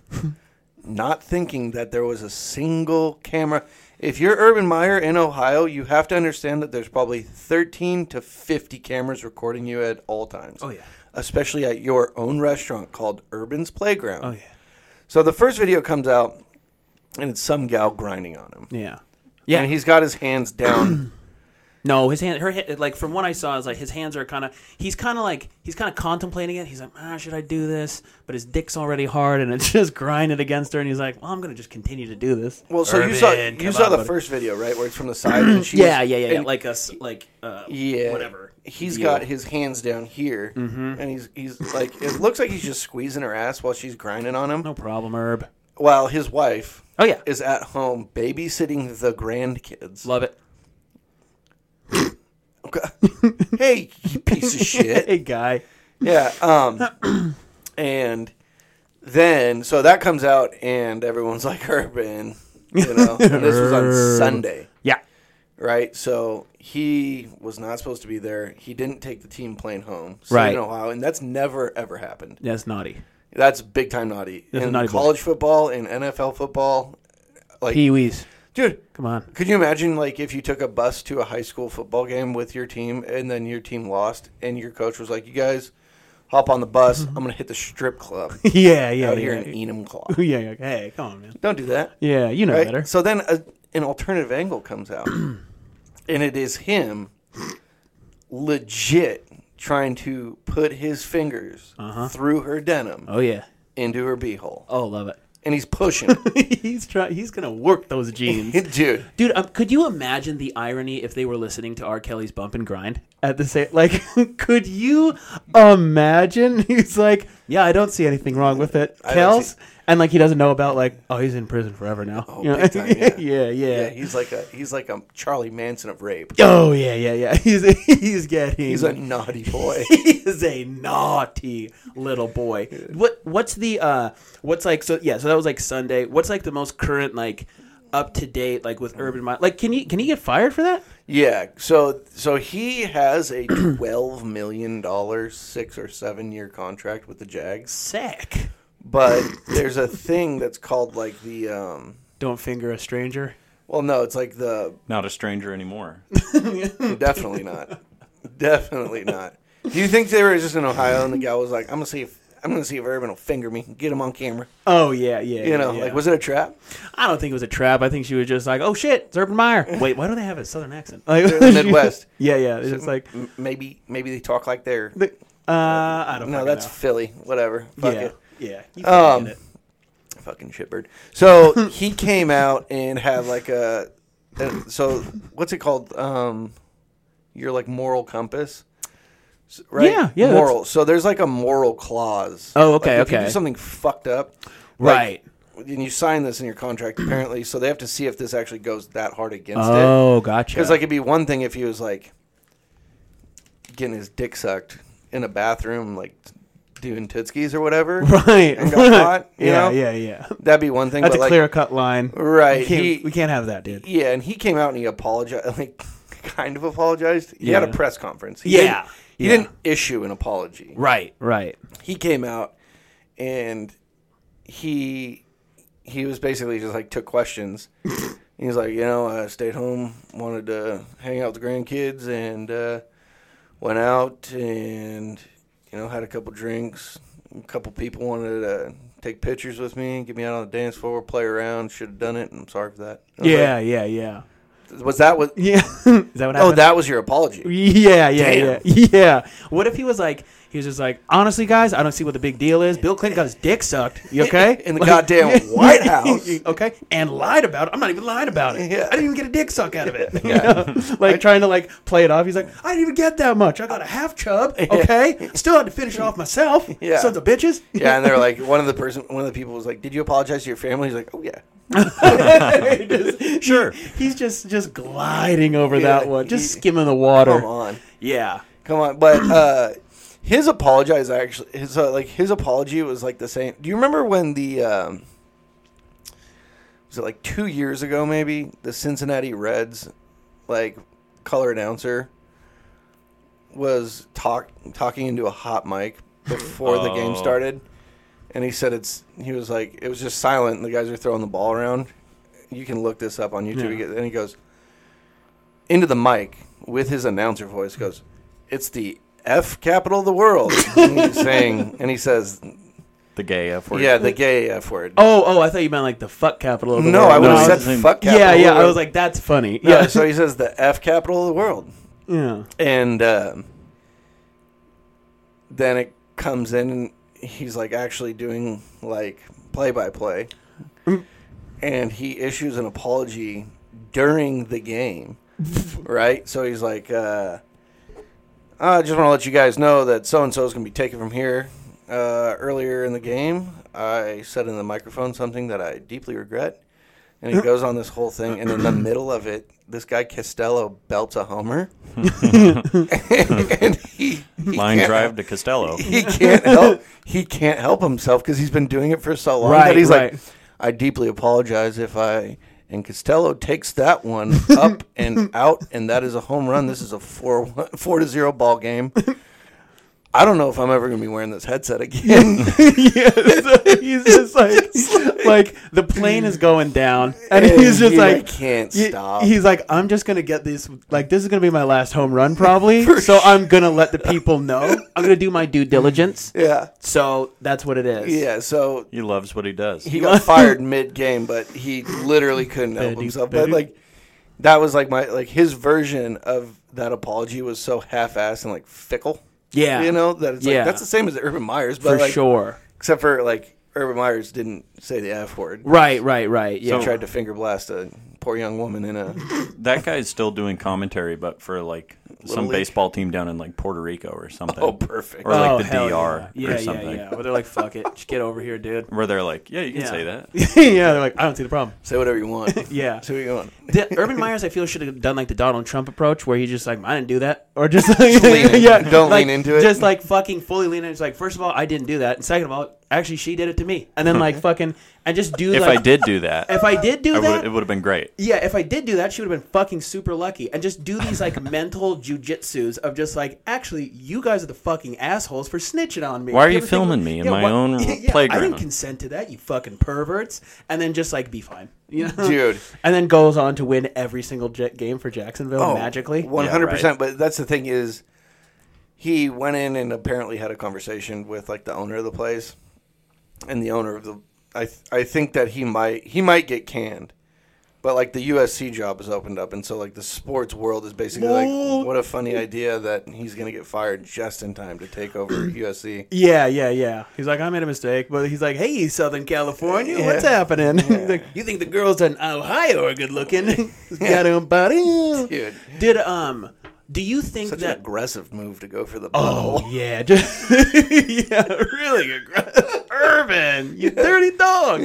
S1: not thinking that there was a single camera. If you're Urban Meyer in Ohio, you have to understand that there's probably 13 to 50 cameras recording you at all times.
S3: Oh, yeah.
S1: Especially at your own restaurant called Urban's Playground.
S3: Oh yeah.
S1: So the first video comes out and it's some gal grinding on him.
S3: Yeah.
S1: Yeah, and he's got his hands down.
S3: No, his hand, her, hand- like from what I saw, is like his hands are kind of. He's kind of like he's kind of contemplating it. He's like, ah, should I do this? But his dick's already hard, and it's just grinded against her. And he's like, well, I'm gonna just continue to do this.
S1: well, so you
S3: Urban,
S1: saw you
S3: come
S1: saw
S3: on,
S1: the
S3: buddy.
S1: first video, right, where it's from the side. And she's,
S3: Yeah, yeah, yeah, yeah.
S1: and-
S3: like us, like uh,
S1: yeah,
S3: whatever. Mm-hmm.
S1: He's
S3: view.
S1: got his hands down here, and he's he's like it looks like he's just squeezing her ass while she's grinding on him,
S3: no problem, Herb.
S1: while his wife
S3: Oh yeah,
S1: is at home babysitting the grandkids.
S3: love it.
S1: Okay. hey, you piece of shit.
S3: Hey guy.
S1: Yeah. Um, and then so that comes out, and everyone's like, "Urban," you know. and this was on Sunday.
S3: Yeah.
S1: right? So he was not supposed to be there. He didn't take the team plane home. Stayed
S3: Right.
S1: in Ohio, and that's never ever happened.
S3: That's naughty.
S1: That's big time naughty
S3: That's
S1: in
S3: naughty boy.
S1: college football, in NFL football. Like,
S3: Pee wees.
S1: dude,
S3: Come on.
S1: could you imagine like if you took a bus to a high school football game with your team and then your team lost and your coach was like, "You guys, hop on the bus. I'm gonna hit the strip club
S3: Yeah, Mm-hmm. yeah,
S1: out
S3: yeah.
S1: here in Enum Claw."
S3: yeah, yeah. Hey, come on, man.
S1: Don't do that.
S3: E- Yeah, you know
S1: Right?
S3: better.
S1: So then a, an alternative angle comes out, and it is him legit trying to put his fingers through her denim
S3: Uh-huh. Oh yeah.
S1: into her beehole,
S3: Oh, love it.
S1: and he's pushing,
S3: he's try. He's gonna work those jeans.
S1: dude.
S3: Dude, um, could you imagine the irony if they were listening to R. Kelly's "Bump and Grind" at the same? Like, could you imagine? He's like, "Yeah, I don't see anything wrong with it."
S1: don't
S3: Kels,
S1: see-
S3: and like he doesn't know about like, oh, he's in prison forever now.
S1: Oh,
S3: You know?
S1: big time, yeah.
S3: yeah, yeah.
S1: Yeah, he's like a he's like a Charlie Manson of rape.
S3: Oh yeah, yeah, yeah. He's he's getting
S1: He's a naughty boy.
S3: he is a naughty little boy. What what's the uh what's like so yeah, so that was like Sunday. What's like the most current like up to date like with Urban Meyer? Like can you can he get fired for that?
S1: Yeah, so so he has a twelve million dollar six or seven year contract with the Jags,
S3: Sick.
S1: but there's a thing that's called like the um,
S3: Don't finger a stranger.
S1: well, no, it's like the
S2: Not a stranger anymore.
S1: definitely not, definitely not. Do you think they were just in Ohio and the guy was like, "I'm gonna see if I'm gonna see if Urban will finger me, get him on camera,"
S3: Oh yeah, yeah.
S1: you know?
S3: yeah.
S1: Like, was it a trap?
S3: I don't think it was a trap. I think she was just like, "Oh shit, it's Urban Meyer." Wait, why do they have a southern accent? Like,
S1: in the Midwest.
S3: yeah, yeah. It's just like,
S1: M- maybe maybe they talk like they're
S3: uh, I don't.
S1: no,
S3: fucking
S1: that's
S3: know.
S1: Philly, whatever. Fuck
S3: yeah,
S1: it.
S3: yeah. You
S1: Um,
S3: fucking get it.
S1: fucking shitbird. So he came out and had like a, a- so what's it called? Um, your like moral compass, S- right?
S3: Yeah, yeah, that's-
S1: Moral. So there's like a moral clause.
S3: Oh, okay,
S1: Like, if You
S3: okay.
S1: do something fucked up, like,
S3: right.
S1: and you sign this in your contract apparently, so they have to see if this actually goes that hard against it.
S3: Oh, gotcha.
S1: Because like it'd be one thing if he was like getting his dick sucked in a bathroom, like doing titskis or whatever,
S3: right
S1: And got caught, you
S3: yeah
S1: know?
S3: yeah yeah
S1: That'd be one thing.
S3: that's
S1: but
S3: a
S1: like,
S3: clear cut line
S1: Right,
S3: we can't,
S1: he-
S3: we can't have that dude
S1: Yeah, and he came out and he apologized, like kind of apologized. He had a
S3: Yeah.
S1: press conference. He
S3: Yeah,
S1: didn't, he
S3: yeah.
S1: didn't issue an apology.
S3: right right
S1: He came out and he he was basically just like took questions. he was like, you know, I stayed home, wanted to hang out with the grandkids, and uh, went out and you know had a couple drinks. A couple people wanted to take pictures with me, get me out on the dance floor, play around. Should have done it. and I'm sorry for that. I was
S3: yeah yeah yeah
S1: like, was that what?
S3: yeah is that what happened
S1: Oh, that was your apology.
S3: yeah yeah
S1: Damn.
S3: yeah yeah what if he was like he was just like honestly guys i don't see what the big deal is bill clinton got his dick sucked you okay
S1: In the goddamn White House.
S3: okay and lied about it i'm not even lying about it
S1: Yeah.
S3: i didn't even get a dick suck out of it You know? like trying to like play it off he's like i didn't even get that much i got a half chub okay still had to finish it off myself
S1: Yeah.
S3: sons of bitches
S1: Yeah, and they're like one of the person, one of the people was like, "Did you apologize to your family?" He's like, "Oh yeah."
S3: sure. He's just just gliding over that one, just
S1: he-
S3: skimming the water.
S1: Come on,
S3: Yeah.
S1: come on. But uh, his apologize actually, his uh, like his apology was like the same. Do you remember when the um, was it like two years ago maybe the Cincinnati Reds like color announcer was talk talking into a hot mic before the game
S2: Oh.
S1: started, and he said it's he was like it was just silent. And the guys are throwing the ball around. You can look this up on YouTube. He
S3: Yeah.
S1: gets- And he goes into the mic with his announcer voice. Goes, it's the F capital of the world. and he's saying, and he says,
S2: The gay F word.
S1: yeah, the gay F word.
S3: Oh, oh, I thought you meant like the fuck capital. Of the
S1: no,
S3: world.
S1: I would
S2: No,
S1: have
S2: I was
S1: said
S2: thinking-
S1: fuck capital.
S3: yeah,
S1: of the
S3: yeah. I
S1: world.
S3: was like, that's funny.
S1: No,
S3: Yeah,
S1: so he says the F capital of the world.
S3: yeah.
S1: And um, then it comes in, and he's like actually doing like play by play. And he issues an apology during the game, right? So he's like, uh, I just want to let you guys know that so and so is going to be taken from here. Uh, earlier in the game, I said in the microphone something that I deeply regret. And he goes on this whole thing, and in the middle of it, this guy Costello belts a homer and he, he
S2: Line
S1: can't-
S2: drive to Costello.
S1: He can't help. He can't help himself because he's been doing it for so long
S3: Right,
S1: that he's
S3: right.
S1: like, I deeply apologize if I And Costello takes that one up and out, and that is a home run. This is a 4, one- four to 0 ball game. I don't know if I'm ever going to be wearing this headset again.
S3: yeah, so he's just like, like, the plane is going down, and he's just
S1: you
S3: like,
S1: can't
S3: he-
S1: stop.
S3: He's like, I'm just gonna get this. Like, this is gonna be my last home run, probably. so I'm gonna let the people know.
S6: I'm gonna do my due diligence.
S1: yeah.
S3: So that's what it is.
S1: Yeah, so
S2: He loves what he does.
S1: he got fired mid game, but he literally couldn't help himself. But like that was like my like his version of that apology was so half assed and like fickle.
S3: Yeah.
S1: You know, that it's
S3: Yeah.
S1: like that's the same as Urban Myers, but
S3: for
S1: like,
S3: sure.
S1: Except for like Urban Myers didn't say the F word.
S3: Right, right, right. Yeah.
S1: He tried to finger blast a poor young woman in a
S2: That guy's still doing commentary, but for like some
S1: League.
S2: baseball team down in like Puerto Rico or something.
S1: Oh, perfect.
S2: Or like
S3: Oh,
S2: the
S3: hell
S2: DR
S3: yeah.
S2: or
S3: Yeah,
S2: something.
S3: Yeah, yeah. Where they're like, fuck it, just get over here, dude.
S2: Where they're like, yeah, you can
S3: Yeah.
S2: say that.
S3: yeah, they're like, I don't see the problem.
S1: say whatever you want.
S3: Yeah.
S1: Say what you want.
S6: The- Urban Myers, I feel, should have done like the Donald Trump approach, where he's just like, "I didn't do that," or just like,
S1: lean in.
S3: yeah,
S1: Don't
S3: like,
S1: lean into it.
S3: Just like fucking fully lean in. It's like, first of all, I didn't do that, and second of all, actually, she did it to me, and then like fucking, and just do
S2: If
S3: like,
S2: I did do that,
S3: if I did do
S2: I
S3: that,
S2: would, it would have been great.
S3: yeah, if I did do that, she would have been fucking super lucky, and just do these like mental jujitsus of just like, actually, you guys are the fucking assholes for snitching on me.
S2: Why are
S3: You
S2: you
S3: ever think of-
S2: filming me in
S3: Yeah,
S2: my
S3: why-
S2: own
S3: yeah, I
S2: playground?
S3: didn't consent to that, you fucking perverts, and then just like be fine, you know?
S1: Dude.
S3: and then goes on to win every single jet game for Jacksonville magically.
S1: Oh, One hundred percent. But that's the thing is, he went in and apparently had a conversation with like the owner of the place, and the owner of the. I th- I think that he might he might get canned, but like the USC job is opened up, and so like the sports world is basically like, what a funny idea that he's gonna get fired just in time to take over USC.
S3: Yeah, yeah, yeah. He's like, I made a mistake, but he's like, Hey, Southern California, what's happening? He's like, you think the girls in Ohio are good looking? Got 'em, buddy.
S1: Dude,
S6: did um, do you think
S1: such an
S6: that?
S1: aggressive move to go for the ball.
S3: Oh yeah, just yeah, really aggressive. Urban, you dirty dog.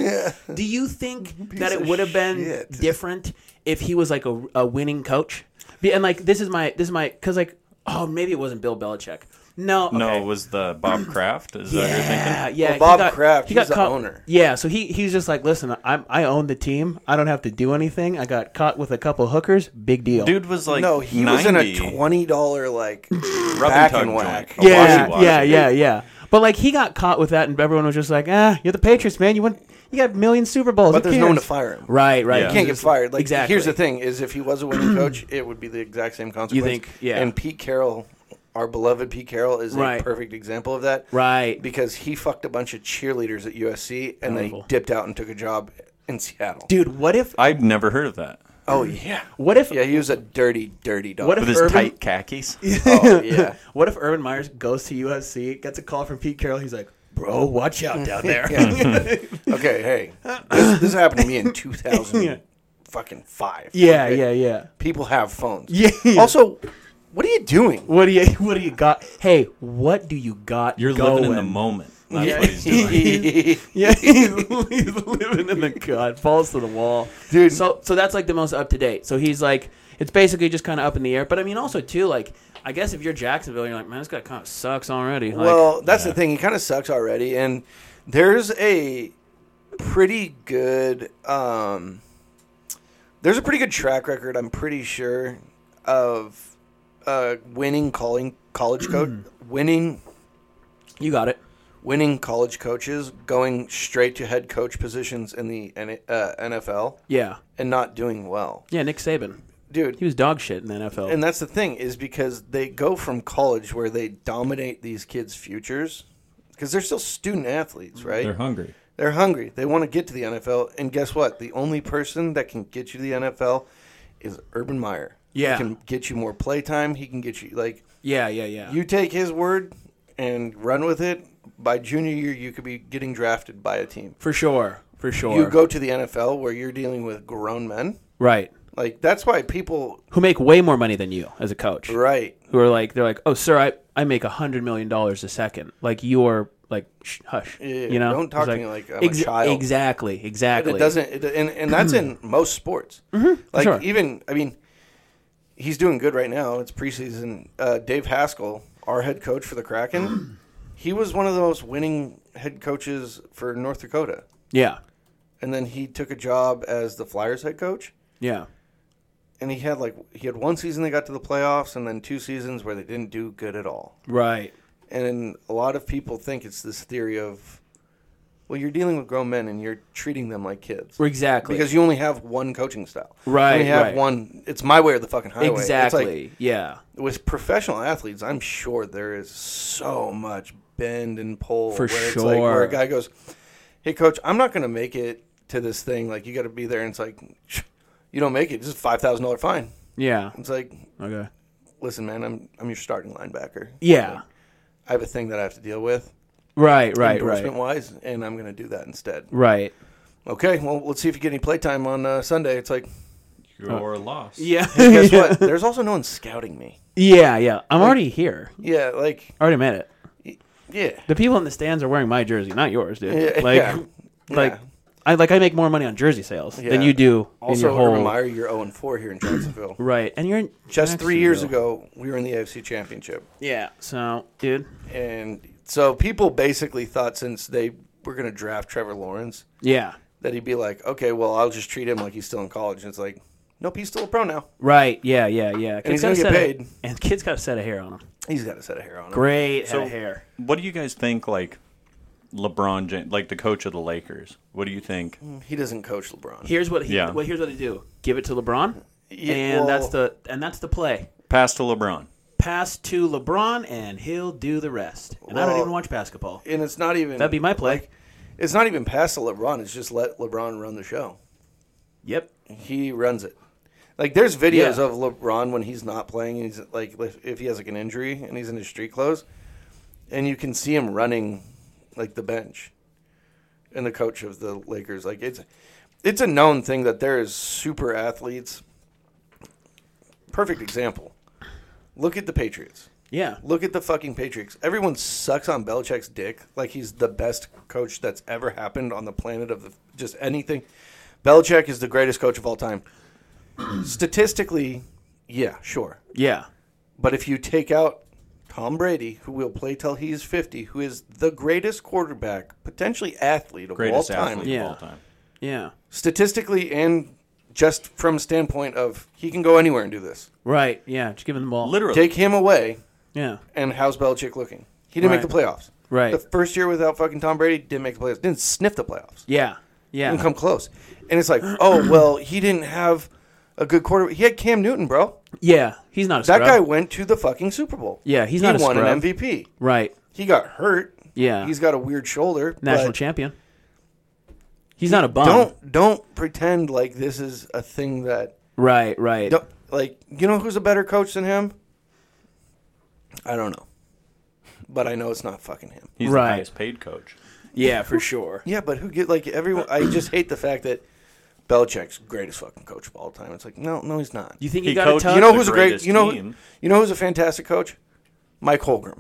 S6: Do you think that it
S1: of
S6: would have been
S1: shit.
S6: different if he was like a, a winning coach? Be- And like, this is my this is my because like, oh, maybe it wasn't Bill Belichick. No, okay.
S2: No, it was the Bob Kraft. Is that what you're thinking?
S6: Yeah, yeah.
S1: Well,
S6: he
S1: Bob Kraft, he's the
S3: caught-
S1: owner.
S3: Yeah, so he he's just like, listen, I'm I own the team. I don't have to do anything. I got caught with a couple hookers. Big deal.
S2: Dude was like,
S1: no, he
S2: 90,
S1: was in a twenty dollar like
S2: rub
S1: back
S2: tug
S1: and
S2: joint,
S1: whack.
S2: a
S3: yeah,
S2: washy-washy.
S3: yeah, yeah, yeah. But like he got caught with that, and everyone was just like, ah, you're the Patriots, man. You won. You got a million Super Bowls.
S1: but
S3: Who
S1: there's no one to
S3: cares?"
S1: fire him.
S3: Right, right.
S2: Yeah.
S1: He can't get
S3: Just-
S1: fired. Like
S3: exactly.
S1: here's the thing: is if he was a winning coach, it would be the exact same consequence.
S3: think- yeah.
S1: And Pete Carroll, our beloved Pete Carroll, is
S3: Right.
S1: a perfect example of that.
S3: Right.
S1: Because he fucked a bunch of cheerleaders at USC, and they
S3: Horrible.
S1: dipped out and took a job in Seattle.
S3: dude. What if?
S2: I've never heard of that.
S1: Oh yeah.
S3: What if?
S1: Yeah, he was a dirty, dirty dog.
S3: What
S2: With
S3: if
S2: his
S3: Urban-
S2: tight khakis.
S1: oh, yeah.
S3: What if Urban Myers goes to USC, gets a call from Pete Carroll? He's like, bro, watch out down there.
S1: Okay, hey, this, this happened to me in 2000
S3: Yeah.
S1: fucking five.
S3: yeah,
S1: Okay?
S3: yeah, yeah.
S1: People have phones.
S3: Yeah.
S1: Also, what are you doing?
S3: What do you? What do you got? Hey, what do you got?
S2: You're
S3: going?
S2: living in the moment. That's what he's doing.
S3: Yeah, he's, he's living in the god, falls to the wall,
S1: Dude.
S3: So,
S6: So so that's like the most up to date. So he's like it's basically just kind of up in the air. But I mean also too like I guess if you're Jacksonville you're like man this guy kind of sucks already. Like,
S1: Well, that's the thing. He kind of sucks already, and there's a pretty good um, there's a pretty good track record. I'm pretty sure of uh, winning calling college coach winning
S6: you got it.
S1: winning college coaches going straight to head coach positions in the N- uh, NFL
S6: Yeah.
S1: and not doing well,
S6: Yeah, Nick Saban.
S1: dude.
S6: He was dog shit in the NFL.
S1: and that's the thing is because they go from college where they dominate these kids' futures because they're still student athletes, right?
S2: They're hungry.
S1: They're hungry. They want to get to the NFL. And guess what? The only person that can get you to the NFL is Urban Meyer.
S6: Yeah.
S1: He can get you more playtime. He can get you, like,
S6: yeah, yeah, yeah.
S1: you take his word and run with it. By junior year, you could be getting drafted by a team.
S6: for sure. For sure.
S1: You go to the NFL where you're dealing with grown men.
S6: right.
S1: Like, that's why people,
S6: Who make way more money than you as a coach.
S1: right.
S6: Who are like they're like, "Oh, sir, I I make a 100 million dollars a second. Like you're like shh, hush."
S1: yeah,
S6: you know?
S1: don't talk
S6: It's
S1: to me like I'm a child.
S6: Exactly. Exactly. Mm-hmm,
S1: It doesn't, it, and, and that's in most sports. Like
S6: sure.
S1: even, I mean, he's doing good right now. It's preseason. Uh, Dave Haskell, our head coach for the Kraken, he was one of the most winning head coaches for North Dakota,
S6: Yeah.
S1: and then he took a job as the Flyers head coach.
S3: Yeah.
S1: And he had like he had one season they got to the playoffs, and then two seasons where they didn't do good at all.
S3: Right.
S1: And a lot of people think it's this theory of, well, you're dealing with grown men and you're treating them like kids.
S3: Exactly.
S1: Because you only have one coaching style. You
S3: Right,
S1: only have
S3: right.
S1: one. It's my way or the fucking highway. It's like,
S3: exactly. yeah.
S1: with professional athletes, I'm sure there is so much bend and pull.
S3: For
S1: It's like where
S3: sure.
S1: a guy goes, "Hey, coach, I'm not going to make it to this thing. Like, you got to be there." And it's like, "You don't make it, this is five thousand dollar fine."
S3: Yeah.
S1: It's like,
S3: Okay.
S1: "Listen, man, I'm I'm your starting linebacker.
S3: Yeah.
S1: I have a thing that I have to deal with,
S3: Right. Right.
S1: endorsement
S3: Right.
S1: wise, and I'm going to do that instead."
S3: Right.
S1: Okay, well, let's see if you get any playtime on uh, Sunday. It's like,
S2: You're lost.
S3: Yeah.
S1: guess what? There's also no one scouting me.
S3: yeah. Yeah. I'm already here.
S1: Yeah, like,
S3: I already met it.
S1: yeah,
S3: The people in the stands are wearing my jersey, not yours, dude.
S1: Yeah,
S3: like,
S1: yeah.
S3: like,
S1: Yeah.
S3: I like I make more money on jersey sales
S1: Yeah.
S3: than you do in
S1: Also,
S3: your whole
S1: Urban Meyer, you're 0 4 oh here in Jacksonville.
S3: right. And you're in
S1: Just three years
S3: Jacksonville.
S1: ago, we were in the AFC Championship.
S3: Yeah. So, dude.
S1: And so people basically thought since they were going to draft Trevor Lawrence
S3: Yeah.
S1: that he'd be like, okay, well, I'll just treat him like he's still in college. And it's like, nope, he's still a pro now.
S3: Right. Yeah. Yeah. Yeah.
S1: he's
S3: got
S1: gonna
S3: a set
S1: get
S3: of-
S1: paid.
S3: and kid's got a set of hair on him.
S1: He's got a set of hair on him.
S3: Great
S2: So-
S3: set of hair.
S2: What do you guys think? Like LeBron James, like the coach of the Lakers. What do you think?
S1: He doesn't coach LeBron.
S3: Here's what he.
S2: Yeah.
S3: Well, here's what they do. Give it to LeBron,
S1: Yeah,
S3: and that's
S1: well-
S3: the and that's the play.
S2: Pass to LeBron.
S3: Pass to LeBron, and he'll do the rest. And I don't
S1: Well-
S3: even watch basketball.
S1: and it's not even
S3: That'd be my play.
S1: it's not even past to LeBron. It's just let LeBron run the show.
S3: yep.
S1: He runs it. Like there's videos
S3: Yeah.
S1: of LeBron when he's not playing. He's like if if he has like an injury and he's in his street clothes, and you can see him running like the bench, and the coach of the Lakers. Like it's it's a known thing that there is super athletes. Perfect example. Look at the Patriots.
S3: Yeah.
S1: Look at the fucking Patriots. Everyone sucks on Belichick's dick like he's the best coach that's ever happened on the planet of the, just anything. Belichick is the greatest coach of all time. Statistically, yeah, sure.
S3: Yeah.
S1: But if you take out Tom Brady, who will play till he's 50, who is the greatest quarterback, potentially athlete of
S2: Greatest
S1: all time,
S2: athlete
S3: Yeah.
S2: of all time.
S3: Yeah.
S1: statistically and just from a standpoint of he can go anywhere and do this.
S3: Right. Yeah. Just give him the ball.
S2: Literally.
S1: Take him away,
S3: Yeah.
S1: and how's Belichick looking? He didn't
S3: Right.
S1: make the playoffs.
S3: Right.
S1: The first year without fucking Tom Brady didn't make the playoffs. Didn't sniff the playoffs.
S3: Yeah. Yeah.
S1: Didn't come close. And it's like, oh well, he didn't have a good quarter. He had Cam Newton, bro.
S3: yeah. He's not a
S1: That
S3: scrub.
S1: guy went to the fucking Super Bowl.
S3: Yeah, he's
S1: he
S3: not a
S1: won
S3: scrub.
S1: an MVP.
S3: Right.
S1: He got hurt.
S3: Yeah.
S1: He's got a weird shoulder.
S3: National
S1: but
S3: champion. He's not a bum.
S1: Don't don't pretend like this is a thing that
S3: Right. Right.
S1: don't like. You know who's a better coach than him? I don't know, but I know it's not fucking him.
S2: He's
S3: Right.
S2: the highest paid coach.
S3: Yeah. For sure.
S1: Yeah, but who get like everyone? I just hate the fact that Belichick's greatest fucking coach of all time. It's like no, no, he's not.
S3: You think he,
S2: He
S3: got a
S2: coached-
S3: tug?
S1: You know
S2: the
S1: who's a great?
S2: greatest
S1: You know,
S2: team.
S1: you know who's a fantastic coach? Mike Holmgren.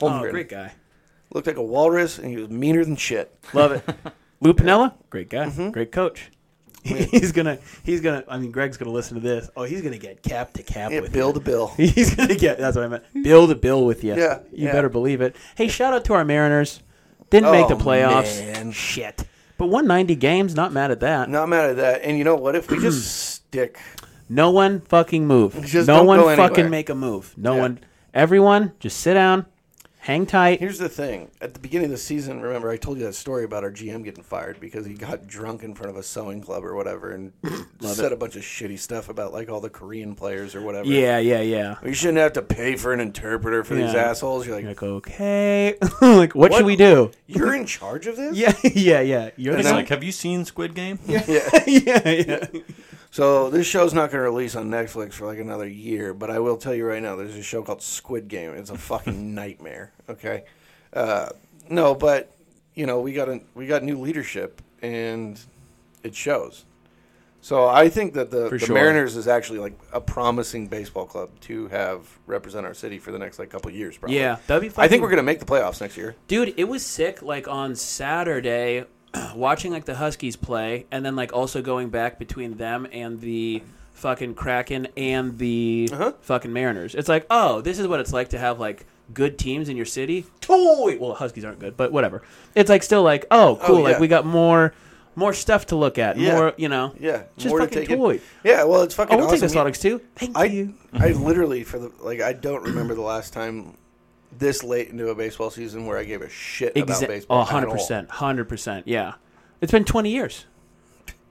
S1: Holmgren
S3: oh, great guy.
S1: looked like a walrus, and he was meaner than shit.
S3: Love it. Lou Pinella, great guy, great coach. He's gonna, he's gonna. I mean, Greg's gonna listen to this. Oh, he's gonna get cap to cap
S1: Yeah,
S3: with
S1: Bill to Bill.
S3: you. He's gonna get. That's what I meant. Build a bill with you.
S1: Yeah,
S3: you
S1: yeah.
S3: better believe it. Hey, shout out to our Mariners. Didn't make the
S1: Oh,
S3: playoffs.
S1: man.
S3: Shit. But 190 games. Not mad at that.
S1: Not mad at that. And you know what? If we just stick,
S3: No one fucking move.
S1: Just
S3: no
S1: don't
S3: one
S1: go anywhere.
S3: fucking make a move. No
S1: Yeah.
S3: one. Everyone, just sit down, hang tight.
S1: here's the thing: at the beginning of the season, remember I told you that story about our GM getting fired because he got drunk in front of a sewing club or whatever, and said a bunch of shitty stuff about like all the Korean players or whatever.
S3: yeah, yeah, yeah.
S1: You shouldn't have to pay for an interpreter for these
S3: Yeah.
S1: assholes. You're like,
S3: Like okay. like what, should we do?
S1: You're in charge of this?
S3: Yeah, yeah, yeah. You're the
S2: It's
S1: then-
S2: like, have you seen Squid Game?
S1: Yeah.
S3: yeah, yeah.
S1: So this show's not going to release on Netflix for like another year, but I will tell you right now, there's a show called Squid Game. It's a fucking nightmare. Okay. Uh, no, but you know we got a, we got new leadership, and it shows. So I think that the, the
S3: sure.
S1: Mariners is actually like a promising baseball club to have represent our city for the next like couple years. Probably.
S3: Yeah, that'd be
S1: I think
S3: fucking-
S1: we're going to make the playoffs next year.
S3: Dude, it was sick. Like on Saturday, watching like the Huskies play, and then like also going back between them and the fucking Kraken and the
S1: Uh-huh.
S3: fucking Mariners. It's like, oh, this is what it's like to have like good teams in your city. Oh, wait, well, Huskies aren't good, but whatever. It's like still like, oh, cool.
S1: yeah.
S3: Like we got more more stuff to look at.
S1: Yeah.
S3: More, you know.
S1: Yeah,
S3: Just
S1: more to
S3: fucking
S1: take in.
S3: toy.
S1: Yeah, well, it's fucking.
S3: Oh, we'll
S1: awesome.
S3: take this Lotics too. Thank
S1: I,
S3: you.
S1: I literally for the like I don't remember the last time this late into a baseball season where I gave a shit about
S3: Exa-
S1: baseball.
S3: oh,
S1: at all.
S3: 100%. 100%. Yeah. It's been 20 years.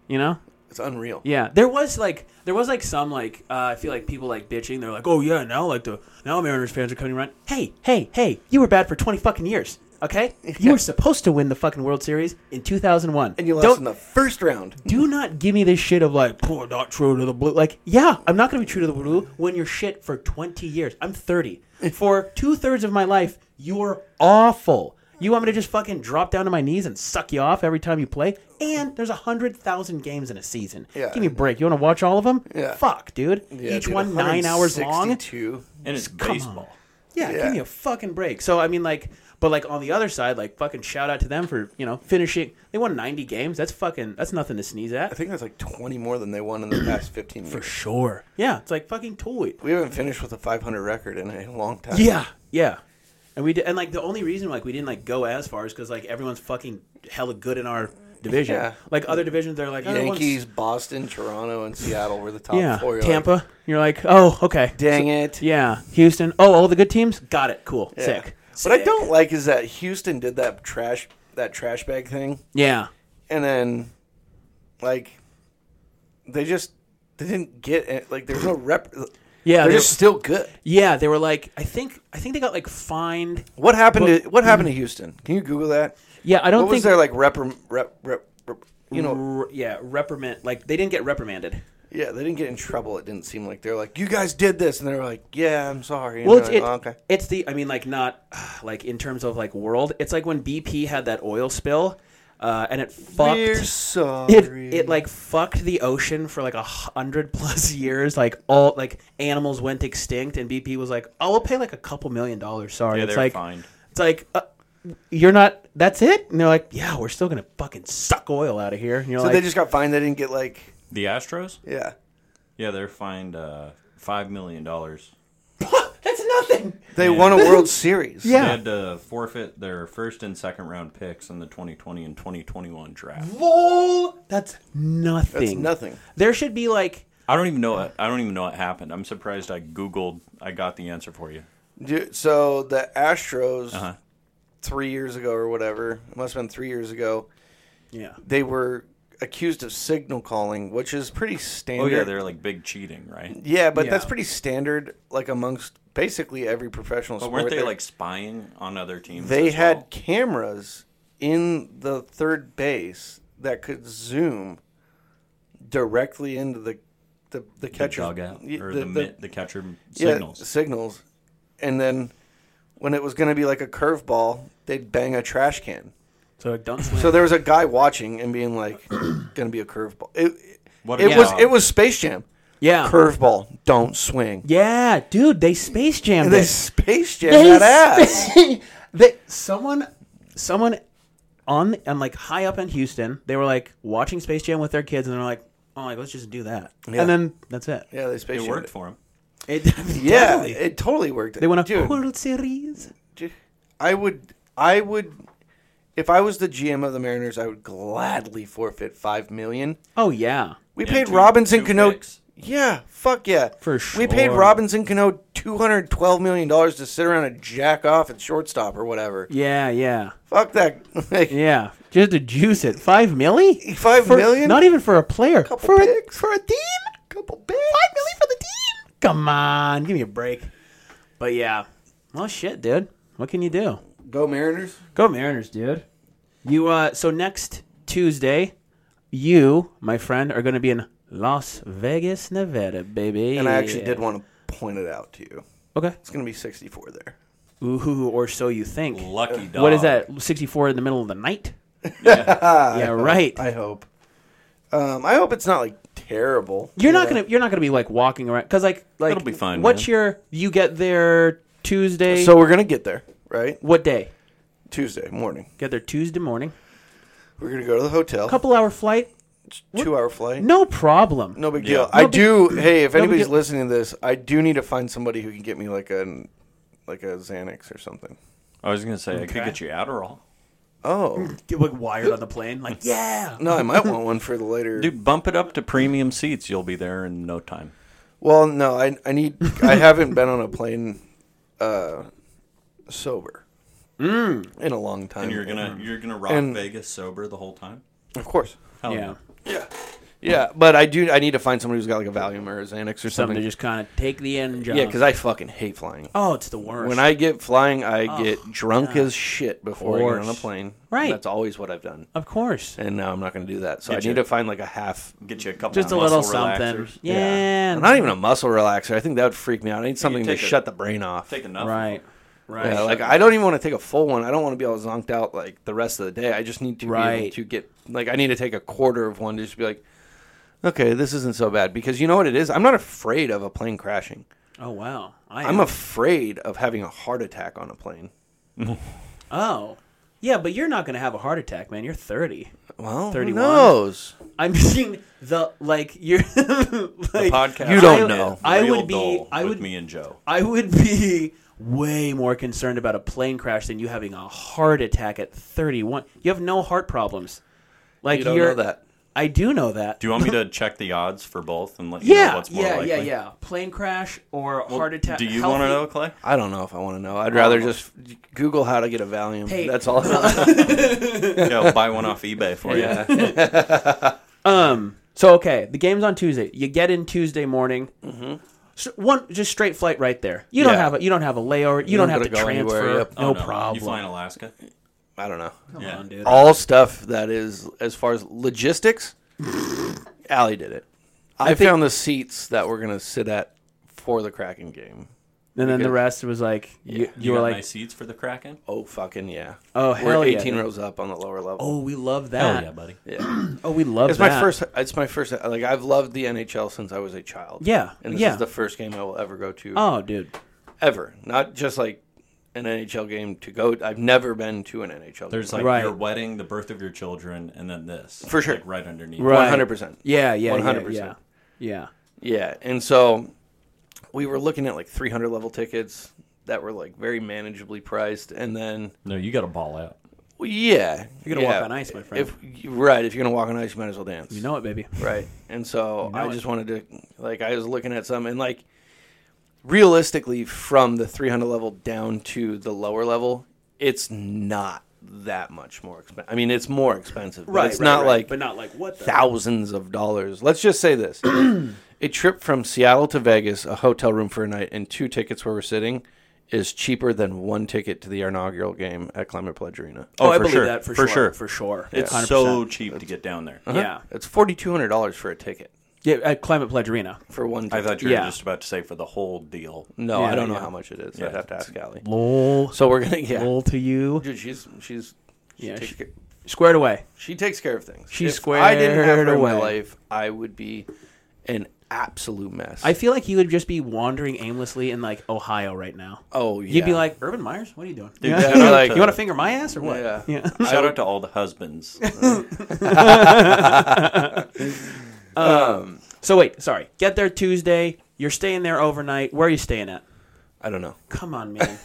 S3: You know?
S1: It's unreal.
S3: Yeah, there was like there was like some like uh, I feel like people like bitching. They're like, oh yeah, now like the now Mariners fans are coming around. Hey, hey, hey, you were bad for twenty fucking years. Okay, you were supposed to win the fucking World Series in two thousand one,
S1: And you lost
S3: Don't
S1: in the first round.
S3: do not give me this shit of like, poor, not true to the blue. Like, yeah, I'm not gonna be true to the blue when you're shit for twenty years. I'm thirty. For two thirds of my life, you're awful. You want me to just fucking drop down to my knees and suck you off every time you play? And there's a hundred thousand games in a season.
S1: Yeah.
S3: Give me a break. You want to watch all of them?
S1: Yeah.
S3: Fuck, dude. Each
S1: dude,
S3: one nine hours long.
S1: 162.
S2: and it's baseball.
S3: Yeah,
S1: Yeah.
S3: give me a fucking break. So I mean, like, but like on the other side, like, fucking shout out to them for you know finishing. They won ninety games. That's fucking. That's nothing to sneeze at.
S1: I think that's like 20 more than they won in the past 15 years.
S3: sure. Yeah, it's like fucking toy.
S1: We haven't finished with a 500 record in a long time.
S3: Yeah, yeah. And we did, and like the only reason like we didn't like go as far is because like everyone's fucking hella good in our division.
S1: Yeah.
S3: Like other divisions, they're like oh, that one's-
S1: Yankees, Boston, Toronto, and Seattle were the top
S3: yeah,
S1: 4 You're like,
S3: Tampa. you're like, oh, okay,
S1: Dang it.
S3: yeah, Houston. Oh, all the good teams. Got it. Cool.
S1: Yeah.
S3: Sick.
S1: What I
S3: Sick.
S1: don't like is that Houston did that trash that trash bag thing,
S3: Yeah.
S1: and then like they just they didn't get it. like there's no rep.
S3: Yeah.
S1: they're
S3: they-
S1: just still good.
S3: yeah. They were like, I think, I think they got like fined.
S1: What happened to what happened to Houston? Can you Google that?
S3: mm-hmm. Yeah, I don't
S1: What was
S3: think.
S1: their
S3: Mm.
S1: like rep, rep, rep, rep you know
S3: r- yeah, reprimand. Like they didn't get reprimanded.
S1: Yeah, they didn't get in trouble. It didn't seem like they're like, you guys did this, and they were like, yeah, I'm sorry. And
S3: Well, it's,
S1: they're
S3: it,
S1: like, "Oh, okay.
S3: it's the I mean, like not like in terms of like world. It's like when BP had that oil spill, uh, and it fucked.
S1: We're sorry.
S3: It, it like fucked the ocean for like a hundred plus years. Like all like animals went extinct, and BP was like, "Oh, we'll pay like a couple million dollars." Sorry,
S2: Yeah,
S3: it's
S2: they're
S3: like
S2: fined.
S3: it's like uh, you're not. That's it. And they're like, "Yeah, we're still gonna fucking suck oil out of here." And you're
S1: so
S3: like,
S1: they just got fined. They didn't get like,
S2: The Astros?
S1: yeah,
S2: Yeah, they're fined uh, five million dollars.
S3: "That's nothing."
S1: they won a World Series.
S3: Yeah.
S2: They had to forfeit their first and second round picks in the 2020 and 2021 draft.
S3: Lol. That's nothing.
S1: that's nothing.
S3: There should be like
S2: I don't even know what I don't even know what happened. I'm surprised I googled. I got the answer for you.
S1: Dude, so the Astros,
S2: Uh-huh.
S1: three years ago or whatever, it must have been three years ago,
S3: yeah.
S1: they were accused of signal calling, which is pretty standard.
S2: Oh yeah, they're like big cheating, right?
S1: Yeah, but
S3: Yeah.
S1: that's pretty standard, like amongst basically every professional
S2: But
S1: sport.
S2: weren't they
S1: They're-
S2: like spying on other teams?
S1: they
S2: as
S1: had
S2: well?
S1: cameras in the third base that could zoom directly into the the, the
S2: the
S1: catcher
S2: dugout
S1: y-
S2: or the, mi- the catcher signals.
S1: yeah, signals and then when it was going to be like a curveball they'd bang a trash can
S3: So like, don't swim.
S1: so there was a guy watching and being like going to be a curveball it,
S2: What
S1: it
S2: a
S1: was
S2: job.
S1: it was space jam
S3: yeah.
S1: curveball don't swing
S3: Yeah, dude, they space jammed
S1: and they
S3: this.
S1: space jam that ass
S3: they, someone, someone on on like high up in Houston, they were like watching Space Jam with their kids, and they're like, "Oh, like let's just do that,"
S1: Yeah.
S3: and then that's it.
S1: yeah they space
S2: It
S1: jammed
S2: worked
S1: it.
S2: for him.
S3: It-
S1: yeah
S3: totally.
S1: it totally worked
S3: they won a
S1: Dude,
S3: World Series.
S1: Ju- I would, I would, if I was the GM of the Mariners, I would gladly forfeit five million.
S3: Oh yeah,
S1: We
S2: Yeah,
S1: paid
S2: two-
S1: Robinson
S2: two
S1: Cano.
S2: picks.
S1: Yeah, fuck yeah,
S3: For
S1: We paid
S3: sure.
S1: Robinson Cano two hundred twelve million dollars to sit around and jack off at shortstop or whatever.
S3: yeah, yeah,
S1: Fuck that. Like,
S3: yeah. Just to juice it, five milli,
S1: Five
S3: for,
S1: million?
S3: not even for a player, for a,
S1: picks.
S3: for a team,
S1: Couple bigs.
S3: five milli for the team. Come on, give me a break. But yeah, well shit, dude. What can you do?
S1: Go Mariners.
S3: Go Mariners, dude. You uh so next Tuesday, you, my friend, are gonna be in Las Vegas, Nevada, baby.
S1: And I actually did want to point it out to you.
S3: Okay.
S1: It's gonna be sixty four there.
S3: Ooh, or so you think.
S2: Lucky dog.
S3: What is that? Sixty four in the middle of the night? Yeah, right.
S1: I hope. Um, I hope it's not like terrible.
S3: You're not gonna you're not gonna be like walking around because like like
S2: It'll be fine,
S3: What's
S2: man.
S3: your you get there Tuesday?
S1: So we're gonna get there, right?
S3: what day?
S1: Tuesday morning.
S3: Get there Tuesday morning.
S1: We're gonna go to the hotel.
S3: Couple hour flight,
S1: two hour flight.
S3: no problem.
S1: No big
S2: Yeah.
S1: deal. I
S3: No big-
S1: do. Hey, if
S3: big
S1: anybody's
S3: deal.
S1: listening to this, I do need to find somebody who can get me like a like a Xanax or something.
S2: I was gonna say I could get you Adderall.
S1: Oh
S6: Get like wired on the plane. Like yeah.
S1: no, I might want one for the later.
S2: Dude, bump it up to premium seats. You'll be there in no time.
S1: Well, no, I I need. I haven't been on a plane uh, sober in a long time.
S2: And you're gonna you're gonna rock
S1: And-
S2: Vegas sober the whole time.
S1: of course.
S2: Hell
S3: yeah.
S1: Yeah, but I do. I need to find somebody who's got like a Valium or a Xanax or
S3: Something
S1: something.
S3: to just kind of take the end.
S1: yeah, because I fucking hate flying.
S3: oh, it's the worst.
S1: When I get flying, I get drunk as shit before I get on a
S3: Course.
S1: plane.
S3: Right.
S1: That's always what I've done.
S3: of course,
S1: And now I'm not going to do that. So I
S2: Get
S1: need
S2: you.
S1: to find like a half.
S2: Get you a couple.
S3: just a
S2: muscle
S3: little something.
S2: relaxers.
S3: Yeah,
S1: Not even a muscle relaxer. I think that would freak me out. I need something to
S2: take a-
S1: shut the brain off.
S2: Take enough.
S3: right, right.
S1: Yeah, like I don't even want to take a full one. I don't want to be all zonked out like the rest of the day. I just need to be able
S3: Right.
S1: to get like I need to take a quarter of one to just be like, okay, this isn't so bad because you know what it is. I'm not afraid of a plane crashing.
S3: oh wow, I
S1: I'm afraid of having a heart attack on a plane.
S3: oh yeah, but you're not gonna have a heart attack, man. You're 30.
S1: Well, who
S3: 31?
S1: knows?
S3: I mean the like you're like,
S2: The podcast.
S1: You don't know.
S3: I
S2: Real
S3: would be-
S2: dull
S3: I
S2: with
S3: would-
S2: me and Joe.
S3: I would be way more concerned about a plane crash than you having a heart attack at 31. You have no heart problems. Like
S1: You don't
S3: are
S1: know that.
S3: I do know that.
S2: Do you want me to check the odds for both and let you
S3: yeah,
S2: know what's more
S3: yeah,
S2: likely?
S3: yeah, yeah. Plane crash or heart attack.
S2: Do you
S3: healthy-
S2: want to know, Clay?
S1: I don't know if I want to know. I'd rather just Google how to get a Valium.
S3: Hey.
S1: That's all. I want.
S2: yeah, I'll buy one off eBay for you. Oh,
S3: Um, So okay, the game's on Tuesday. You get in Tuesday morning. Mm-hmm. one just straight flight right there. You don't
S1: Yeah.
S3: have a you don't have a layover. You, don't,
S1: don't
S3: have to
S1: gotta go anywhere,
S3: transfer.
S1: yep.
S3: No,
S2: Oh, You
S3: problem.
S2: fly in Alaska?
S1: I don't know.
S2: yeah.
S3: dude.
S1: All stuff that is as far as logistics. Allie did it. I, found the seats that we're gonna sit at for the Kraken game.
S3: and then the
S1: Because-
S3: rest was like you, you,
S2: You,
S3: were
S2: got
S3: like,
S2: nice seats for the Kraken?
S1: Oh fucking yeah!
S3: oh hell
S1: We're
S3: yeah,
S1: 18
S3: dude.
S1: rows up on the lower level.
S3: Oh, we love
S2: Hell
S3: that.
S2: yeah, buddy.
S3: Oh, we love
S1: it's
S3: that.
S1: my first. It's my first. Like I've loved the NHL since I was a child.
S3: Yeah,
S1: and this
S3: yeah.
S1: is the first game I will ever go to.
S3: Oh, dude.
S1: ever. Not just like an NHL game to go. I've never been to an NHL.
S2: There's
S1: game.
S2: like
S3: Right.
S2: your wedding, the birth of your children, and then this.
S1: For sure.
S2: Like right underneath.
S3: Right.
S1: one hundred percent.
S3: Yeah, yeah, yeah,
S1: 100%.
S3: Yeah, yeah.
S1: Yeah, and so we were looking at like 300 level tickets that were like very manageably priced, and then
S2: No, you got to ball out.
S1: well, yeah,
S3: You're gonna walk
S1: yeah,
S3: on ice, my friend.
S1: If right, if you're gonna walk on ice, you might as well dance.
S3: You know it, baby.
S1: right? And so I
S3: it.
S1: just wanted to like I was looking at some and like realistically from the 300 level down to the lower level, it's not that much more expensive. I mean, it's more expensive, but it's not like
S3: but not like what the
S1: thousands of dollars. Let's just say this: a trip from Seattle to Vegas, a hotel room for a night, and two tickets where we're sitting. Is cheaper than one ticket to the inaugural game at Climate Pledge Arena.
S3: Oh,
S2: Oh,
S3: I
S2: for
S3: believe
S2: sure,
S3: that for,
S2: for
S3: sure,
S2: sure.
S3: for sure.
S2: It's
S3: 100%.
S2: so cheap to get down there.
S3: yeah,
S1: It's forty two hundred dollars for a ticket
S3: yeah. At Climate Pledge Arena,
S1: for one. Ticket.
S2: I thought you were
S3: Yeah.
S2: just about to say for the whole deal.
S1: No,
S3: Yeah,
S1: I don't know
S3: yeah.
S1: how much it is.
S2: Yeah.
S1: I'd have to ask Allie.
S3: lol,
S1: So we're gonna yeah.
S3: lol to you.
S1: Dude, she's she's she,
S3: Yeah,
S1: takes
S3: she-
S1: care,
S3: Squared away.
S1: she takes care of things.
S3: She's
S1: if I didn't have her
S3: squared
S1: in my
S3: away.
S1: life, I would be an absolute mess.
S3: I feel like you would just be wandering aimlessly in like Ohio right now.
S1: oh yeah,
S3: You'd be like Urban Myers. What are you doing?
S2: Dude,
S3: Yeah.
S2: shout
S3: you
S2: out to-
S3: want to finger my ass or what?
S1: yeah.
S3: yeah.
S2: Shout out to all the husbands.
S3: So wait, sorry. Get there Tuesday. You're staying there overnight. Where are you staying at?
S1: I don't know.
S3: Come on, man.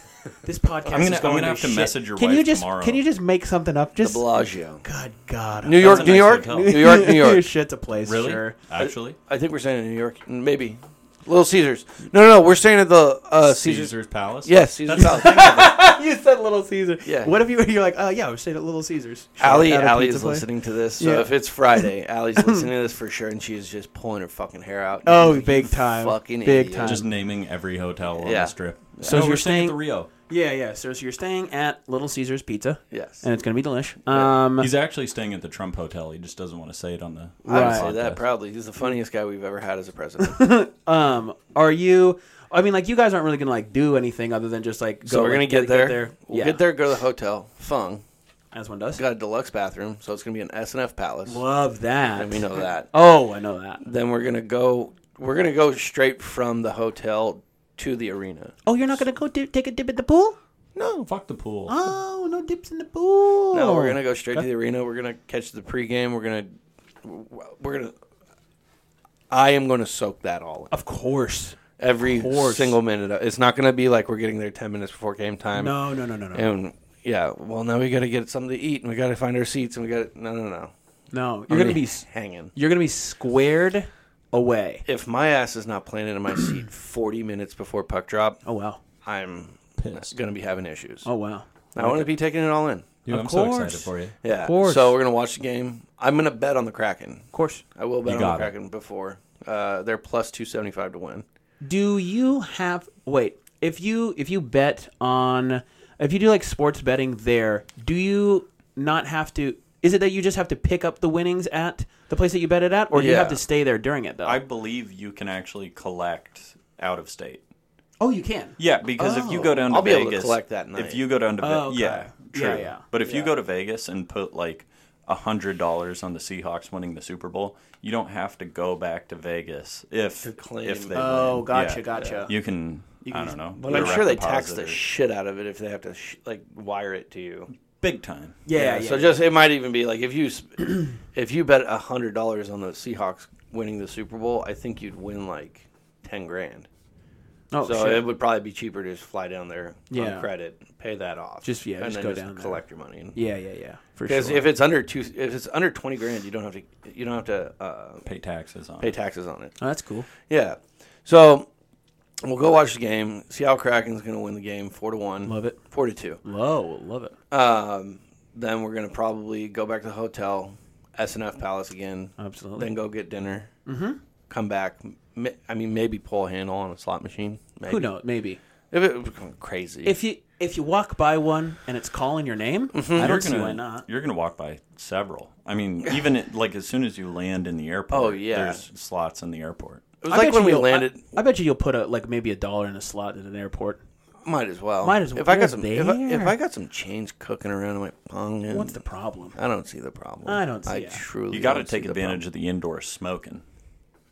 S3: This podcast
S2: I'm gonna-
S3: is going
S2: I'm gonna have to
S3: shit.
S2: message your
S3: can
S2: wife
S3: you just,
S2: tomorrow.
S3: Can you just make something up? Just
S1: Bellagio,
S3: God, God.
S1: New York,
S2: a
S1: New
S2: nice
S1: York,
S2: hotel.
S1: New York, New York.
S3: shit's a place.
S2: really? Uh,
S3: Sure.
S2: Actually?
S1: I think we're staying in New York, maybe Little Caesars. No, no, no we're staying at the uh, Caesars.
S2: Caesar's Palace?
S1: Yes, Caesars.
S2: That's how I think of
S3: you said Little Caesar.
S1: Yeah.
S3: What if you you're like, oh yeah, we're staying at Little Caesars. Sure,
S1: Allie,
S3: at a
S1: Allie
S3: pizza
S1: is
S3: place.
S1: listening to this, so
S3: Yeah.
S1: if it's Friday, Allie's listening to this for sure, and she is just pulling her fucking hair out.
S3: Oh, big time.
S1: fucking
S3: big
S1: idiot.
S3: time.
S2: it. Just naming every hotel on
S1: Yeah.
S2: the strip.
S3: So
S2: No,
S3: you're
S2: we're staying
S3: saying-
S2: at the Rio.
S3: yeah, yeah. So, so you're staying at Little Caesars Pizza.
S1: Yes.
S3: And it's gonna be delish. Um.
S2: He's actually staying at the Trump Hotel. He just doesn't want to say it on the.
S1: I would
S3: Right.
S1: say that
S2: podcast.
S1: proudly. He's the funniest guy we've ever had as a president.
S3: Um. Are you? I mean, like, you guys aren't really gonna like do anything other than just like. Go,
S1: So we're gonna
S3: like,
S1: get there. We'll
S3: yeah.
S1: get there. Go to the hotel. Fung.
S3: As one does.
S1: Got a deluxe bathroom, so it's gonna be an S and F palace.
S3: Love that.
S1: And we know that.
S3: Oh, I know that.
S1: Then we're gonna go. We're gonna go straight from the hotel to the arena.
S3: Oh, you're not gonna go di- take a dip at the pool?
S2: No, fuck the pool.
S3: Oh, no dips in the pool.
S1: No, we're gonna go straight to the arena. We're gonna catch the pregame. We're gonna. We're gonna. I am gonna soak that all in.
S3: Of course.
S1: Every
S3: course.
S1: single minute. of- It's not gonna be like we're getting there ten minutes before game time.
S3: No, no, no, no, no.
S1: And yeah, well, now we got to get something to eat and we got to find our seats and we got to. No, no, no.
S3: No,
S1: I'm
S3: you're gonna be
S1: s- hanging.
S3: you're gonna be squared away.
S1: If my ass is not planted in my seat 40 minutes before puck drop,
S3: Oh wow.
S1: I'm going to be having issues.
S3: Oh wow.
S1: I want to be taking it all in.
S2: Dude,
S3: Of
S2: I'm so excited
S3: course.
S2: for you.
S1: Yeah.
S3: course.
S1: So we're going to watch the game. I'm going to bet on the Kraken.
S3: Of course.
S1: I will bet
S2: You
S1: on the
S2: got it.
S1: Kraken before. Uh, they're plus 275 to win.
S3: Do you have wait, if you if you bet on if you do like sports betting there, do you not have to is it that you just have to pick up the winnings at the place that you bet it at or do you
S1: Yeah.
S3: have to stay there during it though?
S2: I believe you can actually collect out of state.
S3: oh, you can.
S2: Yeah, because if you go down to
S1: Oh, I'll be
S2: Vegas,
S1: able to collect that night.
S2: If you go down to Vegas,
S3: Oh, okay.
S2: yeah,
S3: Yeah,
S2: true.
S3: yeah.
S2: But if you go to Vegas and put like hundred dollars on the Seahawks winning the Super Bowl, you don't have to go back to Vegas if
S1: claim.
S2: if they
S3: Oh,
S2: win.
S3: gotcha,
S2: Yeah.
S3: gotcha.
S2: You can, I don't know.
S1: But I'm sure they
S2: direct
S1: tax the
S2: deposit or-
S1: shit out of it if they have to sh- like wire it to you.
S2: big time.
S3: Yeah, yeah.
S1: so just it might even be like if you sp- if you bet hundred dollars on the Seahawks winning the Super Bowl, I think you'd win like ten grand.
S3: oh,
S1: so
S3: shit.
S1: it would probably be cheaper to just fly down there
S3: Yeah.
S1: on credit, pay that off,
S3: Just- yeah,
S1: and
S3: just
S1: then
S3: go down there.
S1: collect your money.
S3: yeah, yeah, yeah. For
S1: Because
S3: sure.
S1: if it's under two, if it's under twenty grand, you don't have to you don't have to uh,
S2: Pay taxes on.
S1: pay
S2: it.
S1: taxes on it.
S3: oh, that's cool.
S1: Yeah, so we'll go watch the game, see how Kraken's going to win the game, four to one,
S3: Love it.
S1: four to two.
S3: Whoa, love it.
S1: Um, then we're gonna probably go back to the hotel, SNF Palace again.
S3: Absolutely.
S1: Then go get dinner. Mm-hmm. Come back. M- I mean, maybe pull a handle on a slot machine. Maybe.
S3: Who knows? Maybe.
S1: If it was crazy.
S3: If you if you walk by one and it's calling your name,
S1: Mm-hmm.
S3: I
S2: You're
S3: don't see
S2: gonna,
S3: why not.
S2: You're gonna walk by several. I mean, even it, like as soon as you land in the airport.
S1: Oh, yeah.
S2: there's slots in the airport.
S1: it was
S3: I
S1: like
S3: bet
S1: when
S3: you
S1: we
S3: you'll- I-
S1: landed,
S3: I, bet you you'll put a like maybe a dollar in a slot at an airport.
S1: might as well.
S3: Might as
S1: If I
S3: well
S1: got some, if I, if
S3: there.
S1: I got some change cooking around in my pocket,
S3: What's the problem?
S1: I don't see the problem.
S3: I don't see
S1: I
S3: it.
S1: truly.
S2: You got to
S1: don't see
S2: take
S1: the
S2: advantage of the indoor smoking.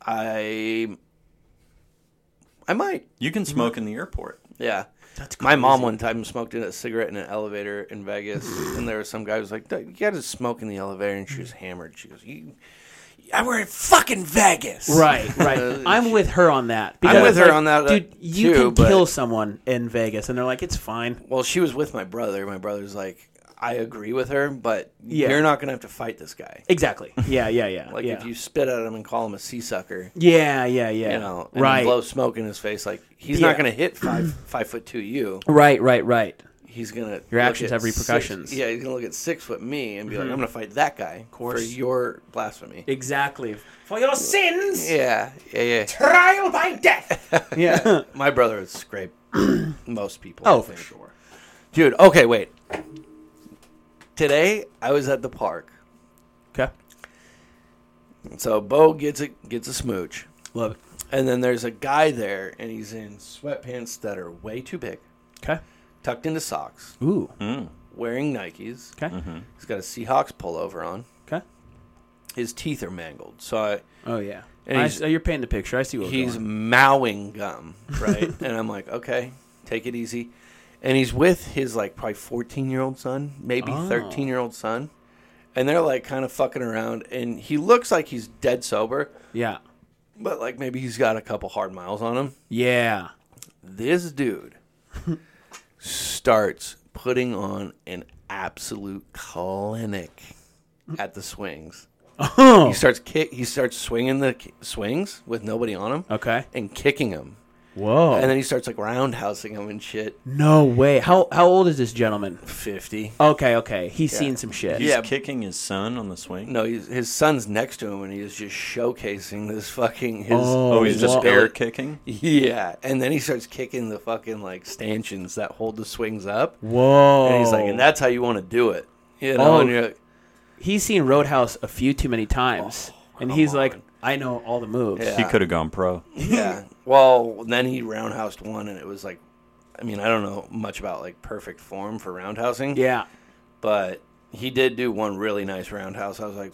S1: problem. I. I might.
S2: You can smoke in the airport.
S1: Yeah.
S3: That's
S1: My mom
S3: crazy.
S1: one time smoked a cigarette in an elevator in Vegas, and there was some guy who was like, "Dude, "You got to smoke in the elevator," and she was hammered. She goes, "You, I were in fucking Vegas,
S3: Right, right. I'm with her on that.
S1: Uh, I'm with her
S3: like,
S1: on that, uh,
S3: dude. You
S1: too,
S3: can
S1: but-
S3: kill someone in Vegas, and they're like, it's fine.
S1: Well, she was with my brother. My brother's like, "I agree with her, but
S3: Yeah.
S1: you're not gonna have to fight this guy.
S3: Exactly. Yeah, yeah, yeah.
S1: Like
S3: yeah.
S1: if you spit at him and call him a sea sucker."
S3: yeah, yeah, yeah.
S1: You know, and
S3: right,
S1: blow smoke in his face. Like he's
S3: Yeah.
S1: not gonna hit five five foot two you.
S3: right, right, right.
S1: He's gonna
S3: Your
S1: look
S3: actions
S1: at
S3: have repercussions. Mm-hmm.
S1: Six, yeah, he's gonna look at six foot me and be like, "I'm gonna fight that guy for
S3: course.
S1: your blasphemy."
S3: Exactly. For your sins,
S1: Yeah, yeah, yeah.
S3: trial by death. yeah.
S1: My brother would scrape most people.
S3: oh, for sure.
S1: Dude, okay, wait. Today I was at the park.
S3: Okay.
S1: So Bo gets a gets a smooch.
S3: Love it.
S1: And then there's a guy there and he's in sweatpants that are way too big,
S3: Okay.
S1: tucked into socks,
S3: Ooh.
S1: wearing Nikes.
S3: Okay.
S1: He's got a Seahawks pullover on.
S3: Okay.
S1: His teeth are mangled. So I
S3: Oh yeah.
S1: And
S3: I,
S1: he's-
S3: oh, you're painting the picture. I see what
S1: he's
S3: he's.
S1: mowing gum, right? and I'm like, okay, take it easy. And he's with his like probably 14 year old son, maybe 13 year old son, and they're like kind of fucking around. And he looks like he's dead sober,
S3: Yeah.
S1: but like maybe he's got a couple hard miles on him.
S3: Yeah.
S1: This dude starts putting on an absolute clinic at the swings. He starts kick. He starts swinging the ki- swings with nobody on him.
S3: Okay.
S1: And kicking him.
S3: Whoa.
S1: And then he starts like roundhousing him and shit.
S3: no way. How how old is this gentleman?
S1: 50.
S3: Okay, okay. He's seen some shit.
S2: He's
S1: Yeah.
S2: kicking his son on the swing.
S1: No, he's, his son's next to him and he's just showcasing this fucking his.
S3: Oh,
S2: Oh, he's just
S3: Well-
S2: air kicking.
S1: Yeah. And then he starts kicking the fucking like stanchions that hold the swings up.
S3: Whoa.
S1: And he's like, and that's how you want to do it. You know,
S3: Oh.
S1: and you're like,
S3: he's seen Roadhouse a few too many times, and he's like, I know all the moves.
S1: Oh, Yeah.
S2: He could have gone pro.
S1: yeah. well, then he roundhoused one and it was like, I mean, I don't know much about like perfect form for roundhousing.
S3: Yeah.
S1: But he did do one really nice roundhouse. I was like,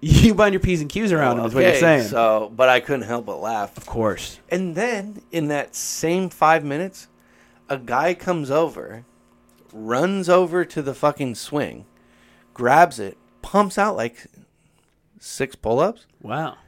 S3: You bind your p's and q's around him. Is what
S1: okay,
S3: you're saying.
S1: So, but I couldn't help but laugh.
S3: of course.
S1: And then in that same five minutes, a guy comes over, runs over to the fucking swing, grabs it, pumps out like six pull ups,
S3: Wow.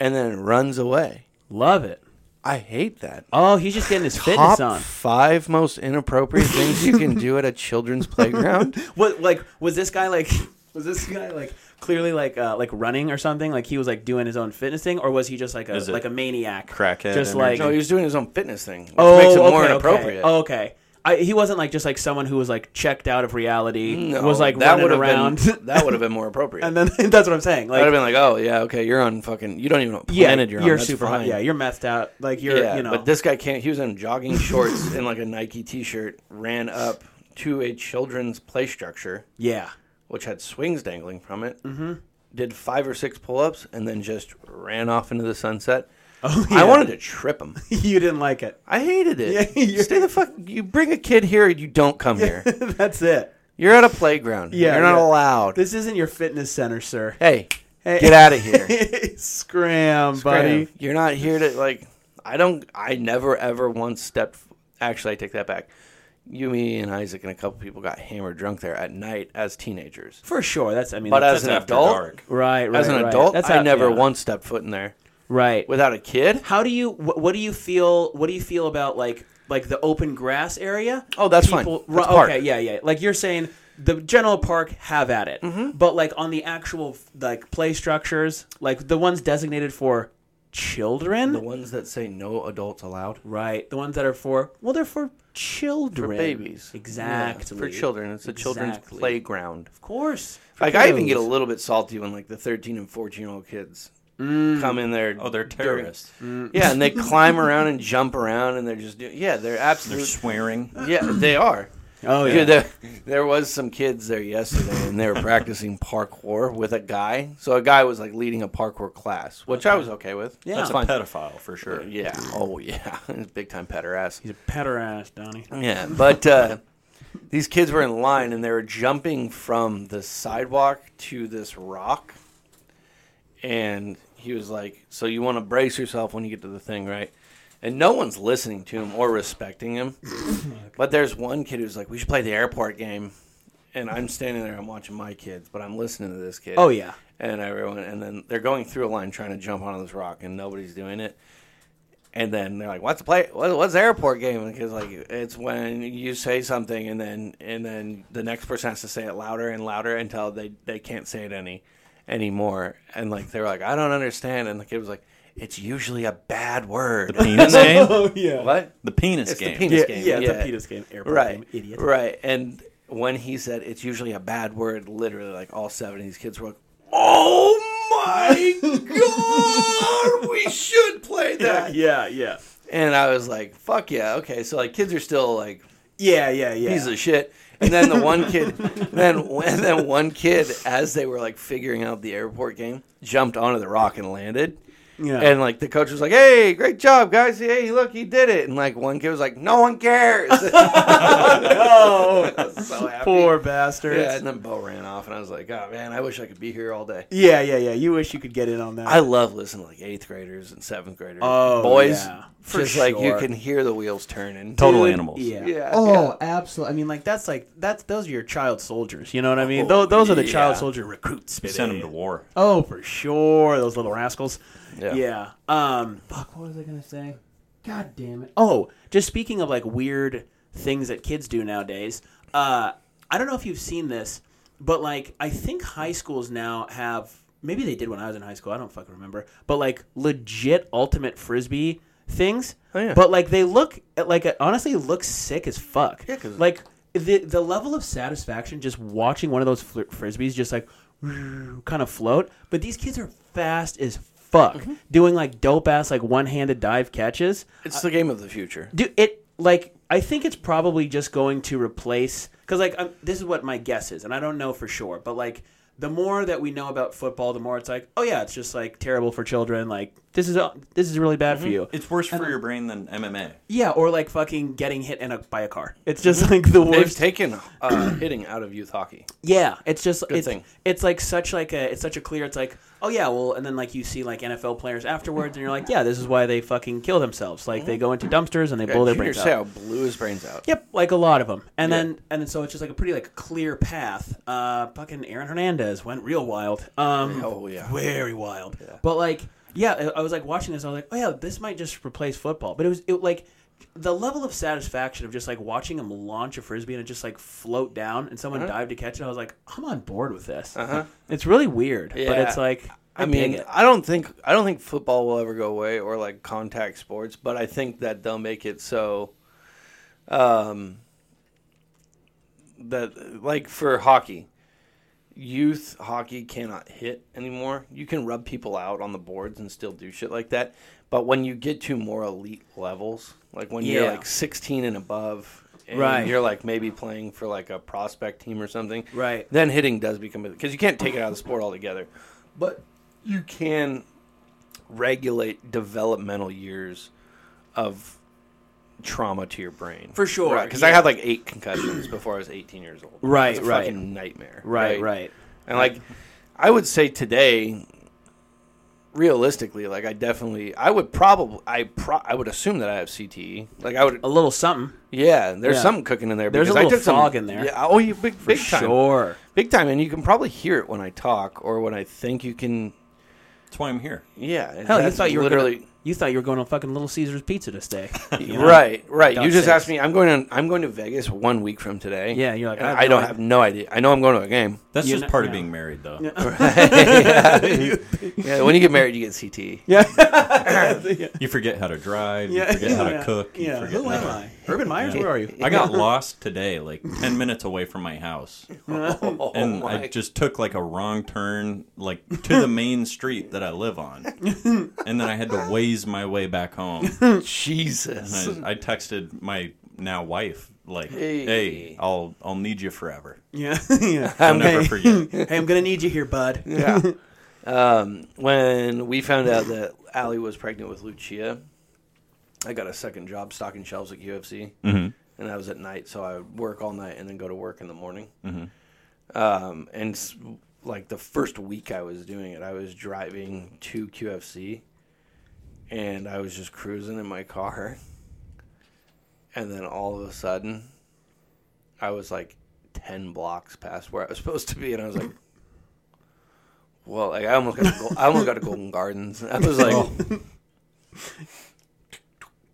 S1: and then runs away.
S3: Love it.
S1: I hate that.
S3: Oh, he's just getting his fitness
S1: Top
S3: on.
S1: five most inappropriate things you can do at a children's playground.
S3: What like was this guy like? Was this guy like clearly like uh, like running or something? Like he was like doing his own fitness thing, or was he just like a
S2: Is it
S3: like a maniac
S2: crackhead
S3: Just
S2: energy?
S3: like
S1: No, he was doing his own fitness thing, which
S3: oh,
S1: makes it more
S3: okay,
S1: inappropriate.
S3: Okay. Oh, okay. I, he wasn't like just like someone who was like checked out of reality.
S1: No,
S3: was like
S1: that
S3: running
S1: would have
S3: around.
S1: Been, that would have been more appropriate.
S3: and then that's what I'm saying. Like
S1: I'd have been like, oh yeah, okay, you're on fucking. You don't even know what
S3: yeah,
S1: planet you're,
S3: you're,
S1: on. That's
S3: super
S1: fine.
S3: hot. Yeah, you're messed out. Like you're
S1: yeah,
S3: you know.
S1: but this guy can't. He was in jogging shorts and like a Nike T-shirt. Ran up to a children's play structure,
S3: yeah.
S1: which had swings dangling from it. Mm-hmm. Did five or six pull-ups and then just ran off into the sunset.
S3: Oh,
S1: I
S3: yeah.
S1: wanted to trip him.
S3: you didn't like it.
S1: I hated it.
S3: Yeah, you're-
S1: Stay the fuck. You bring a kid here, you don't come here.
S3: that's it.
S1: You're at a playground.
S3: Yeah,
S1: you're not
S3: yeah.
S1: allowed.
S3: This isn't your fitness center, sir.
S1: hey,
S3: Hey.
S1: get out of here.
S3: Scram, buddy.
S1: Graham, You're not here to like. I don't. I never ever once stepped. Actually, I take that back. You, me, and Isaac and a couple people got hammered drunk there at night as teenagers.
S3: For sure. That's I mean.
S1: But
S3: that's
S1: as an
S2: after
S1: adult,
S2: dark.
S3: right, right.
S1: as an
S3: right.
S1: adult,
S3: that's
S1: I
S3: how-
S1: never
S3: yeah.
S1: once stepped foot in there
S3: Right.
S1: without a kid.
S3: How do you? Wh- what do you feel? What do you feel about like like the open grass area?
S1: Oh, that's fine.
S3: ru-
S1: That's park.
S3: Okay, yeah, yeah. Like you're saying, the general park have at it,
S1: Mm-hmm.
S3: but like on the actual like play structures, like the ones designated for children,
S1: The ones that say no adults allowed.
S3: right? The ones that are for well, they're for children,
S1: For babies,
S3: exactly
S1: Yeah, for children. It's a children's
S3: Exactly.
S1: playground.
S3: Of course, For
S1: Like I even get a
S3: kiddos.
S1: little bit salty when like the thirteen and fourteen year old kids come in there.
S2: Oh, they're terrorists.
S1: Yeah, and they climb around and jump around, and they're just do- yeah, they're
S2: They're
S1: absolutely
S2: swearing.
S1: Yeah, they are.
S3: Oh
S1: Yeah,
S3: yeah.
S1: there, there was some kids there yesterday, and they were practicing parkour with a guy. So a guy was like leading a parkour class, which I was okay with. Yeah,
S2: That's a pedophile for sure.
S1: Yeah. Oh yeah, He's a big time petter ass.
S3: He's a pederast, Donnie.
S1: Yeah, but uh, these kids were in line, and they were jumping from the sidewalk to this rock, and he was like, "So you want to brace yourself when you get to the thing, right?" And no one's listening to him or respecting him. But there's one kid who's like, "We should play the airport game," and I'm standing there, I'm watching my kids, but I'm listening to this kid.
S3: Oh yeah.
S1: And everyone, and then they're going through a line trying to jump onto this rock, and nobody's doing it. And then they're like, "What's the play? What, what's the airport game?" Because like it's when you say something, and then and then the next person has to say it louder and louder until they they can't say it any anymore. And like they were like, "I don't understand," and the kid was like, "It's usually a bad word."
S2: Penis game.
S3: Oh yeah.
S1: what?
S2: The penis
S1: It's the
S2: game.
S1: penis
S3: Yeah,
S1: game.
S3: yeah, it's a penis game. Airport
S1: Right.
S3: game, idiot.
S1: Right. And when he said it's usually a bad word, literally like all seven of these kids were like, Oh my god, we should play that.
S3: Yeah, yeah.
S1: And I was like, fuck yeah, okay. So like kids are still like
S3: Yeah, yeah, yeah.
S1: pieces of shit. And then the one kid then and then one kid as they were like figuring out the airport game jumped onto the rock and landed.
S3: yeah.
S1: And like the coach was like, "Hey, great job, guys! Hey, look, he did it!" And like one kid was like, "No one cares."
S3: oh,
S1: so happy.
S3: poor bastards.
S1: Yeah, and then Bo ran off, and I was like, oh man, I wish I could be here all day.
S3: Yeah, yeah, yeah. You wish you could get in on that.
S1: I love listening to like eighth graders and seventh graders.
S3: Oh,
S1: boys,
S3: yeah. For
S1: just like you
S3: sure.
S1: can hear the wheels turning.
S2: Total animals.
S3: Yeah.
S1: Yeah,
S3: Oh, absolutely. I mean, like that's like that's those are your child soldiers. You know what I mean? Tho- those are the child
S1: Oh, yeah.
S3: soldier recruits. baby.
S2: Send them to war.
S3: Oh, for sure. Those little rascals.
S1: Yeah.
S3: Yeah. Um. Fuck. What was I gonna say? God damn it. Oh, just speaking of like weird things that kids do nowadays. Uh, I don't know if you've seen this, but like I think high schools now have maybe they did when I was in high school. I don't fucking remember. But like legit ultimate frisbee things.
S1: Oh, yeah.
S3: But like they look like it honestly looks sick as fuck.
S1: Yeah, 'cause-
S3: like the the level of satisfaction just watching one of those fl- frisbees just like kind of float. But these kids are fast as fuck, doing like dope ass like one handed dive catches.
S1: it's the game of the future.
S3: Do it like I think it's probably just going to replace because like i this is what my guess is, and I don't know for sure, but like. The more that we know about football, the more it's like, oh yeah, it's just like terrible for children. Like this is uh, this is really bad for you.
S2: It's worse for your brain than MMA.
S3: Yeah, or like fucking getting hit in a by a car. It's just like the
S1: They've
S3: worst.
S1: taken uh, hitting out of youth hockey.
S3: yeah, it's just it's
S1: thing.
S3: it's like such like a it's such a clear. It's like oh yeah, well, and then like you see like NFL players afterwards, and you're like, yeah, this is why they fucking kill themselves. Like they go into dumpsters and they blow
S1: Did
S3: their
S1: you
S3: brains
S1: say
S3: out.
S1: how blew his brains out.
S3: Yep, like a lot of them, and then and then so it's just like a pretty like clear path. Uh, fucking Aaron Hernandez went real wild. Um,
S1: Oh, yeah.
S3: very wild. But like yeah, I- I was like watching this. I was like, oh yeah, this might just replace football. But it was it like the level of satisfaction of just like watching him launch a frisbee and it just like float down and someone
S1: Uh-huh.
S3: dive to catch it. I was like, I'm on board with this. It's really weird, but
S1: Yeah.
S3: it's like I,
S1: I
S3: dig
S1: mean,
S3: it.
S1: I don't think I don't think football will ever go away or like contact sports, but I think that they'll make it so um that like for hockey, youth hockey cannot hit anymore. You can rub people out on the boards and still do shit like that, but when you get to more elite levels, like when you're
S3: Yeah.
S1: like 16 and above, and
S3: Right.
S1: you're like maybe playing for like a prospect team or something,
S3: Right.
S1: then hitting does become because you can't take it out of the sport altogether, but you can regulate developmental years of trauma to your brain
S3: For sure,
S1: Because I
S3: yeah.
S1: had like eight concussions before I was 18 years old.
S3: Right,
S1: It's a
S3: right.
S1: fucking nightmare.
S3: right, right.
S1: And like, I would say today, realistically, like I definitely, I would probably, I pro, I would assume that I have CTE. Like I would,
S3: A little something
S1: yeah. There's
S3: Yeah.
S1: something cooking in there.
S3: There's a
S1: because I
S3: little
S1: took some-
S3: fog in there.
S1: Yeah. Oh, you big,
S3: for
S1: big time.
S3: sure.
S1: Big time, and you can probably hear it when I talk or when I think you can.
S2: That's why I'm here.
S1: Yeah, and
S3: Hell, you
S1: that's
S3: thought you were
S1: literally
S3: gonna, you thought you were going on fucking Little Caesars Pizza to stay. you know?
S1: right, right.
S3: Duck
S1: You just
S3: six.
S1: asked me. I'm going. To, I'm going to Vegas one week from today.
S3: Yeah, you're like,
S1: And
S3: I have
S1: I,
S3: no
S1: don't
S3: idea.
S1: have no idea. I know I'm going to a game.
S2: That's
S3: You
S2: just
S3: kn-
S2: part of
S3: yeah.
S2: being married, though.
S1: Yeah, when you get married, you get E. CTE. Yeah,
S2: You forget how to drive.
S3: Yeah,
S2: you forget how to cook. you
S3: Yeah,
S2: forget
S3: who
S2: how
S3: am
S2: to-
S3: I? Urban Myers, where are you?
S2: I got lost today, like 10 minutes away from my house.
S3: Uh,
S1: Oh
S3: Oh,
S2: and I just took like a wrong turn, like to the main street that I live on. and then I had to waze my way back home. And
S1: Jesus.
S2: I, I texted my now wife, like,
S1: Hey.
S2: hey, I'll, I'll need you forever.
S3: Yeah, yeah.
S2: I'll never forget.
S3: Hey, I'm gonna need you here, bud.
S1: Yeah. um, when we found out that Allie was pregnant with Lucia, I got a second job stocking shelves at UFC, mm-hmm. and that was at night. So I would work all night and then go to work in the morning. Um, and s- like the first week I was doing it, I was driving to QFC, and I was just cruising in my car, and then all of a sudden, I was like ten blocks past where I was supposed to be, and I was like. Well, like, I almost got to go, I almost got to Golden Gardens. I was like,
S3: Oh.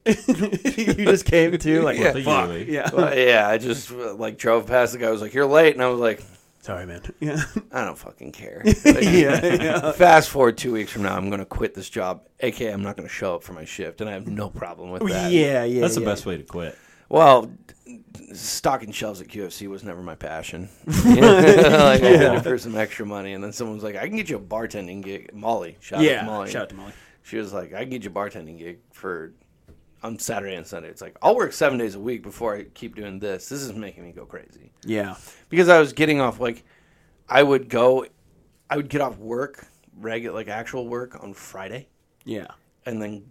S3: you just came to like,
S1: Yeah.
S2: Legally.
S3: yeah.
S1: well, yeah, I just uh, like drove past the guy. was like, "You're late," and I was like,
S3: Sorry, man. Yeah,
S1: "I don't fucking care." Like,
S3: yeah,
S1: Fast forward two weeks from now, I'm going to quit this job. AKA, I'm not going to show up for my shift, and I have no problem with
S3: yeah,
S1: that.
S3: yeah, yeah.
S2: That's the best way to quit.
S1: Well, d- d- stocking shelves at QFC was never my passion. like, I did it for some extra money, and then someone's like, "I can get you a bartending gig." Molly, shout out
S3: Yeah,
S1: to Molly.
S3: shout out to Molly.
S1: She was like, "I can get you a bartending gig for." On Saturday and Sunday, it's like I'll work seven days a week before I keep doing this. This is making me go crazy.
S3: Yeah,
S1: because I was getting off like I would go I would get off work regular like actual work on Friday
S3: yeah.
S1: and then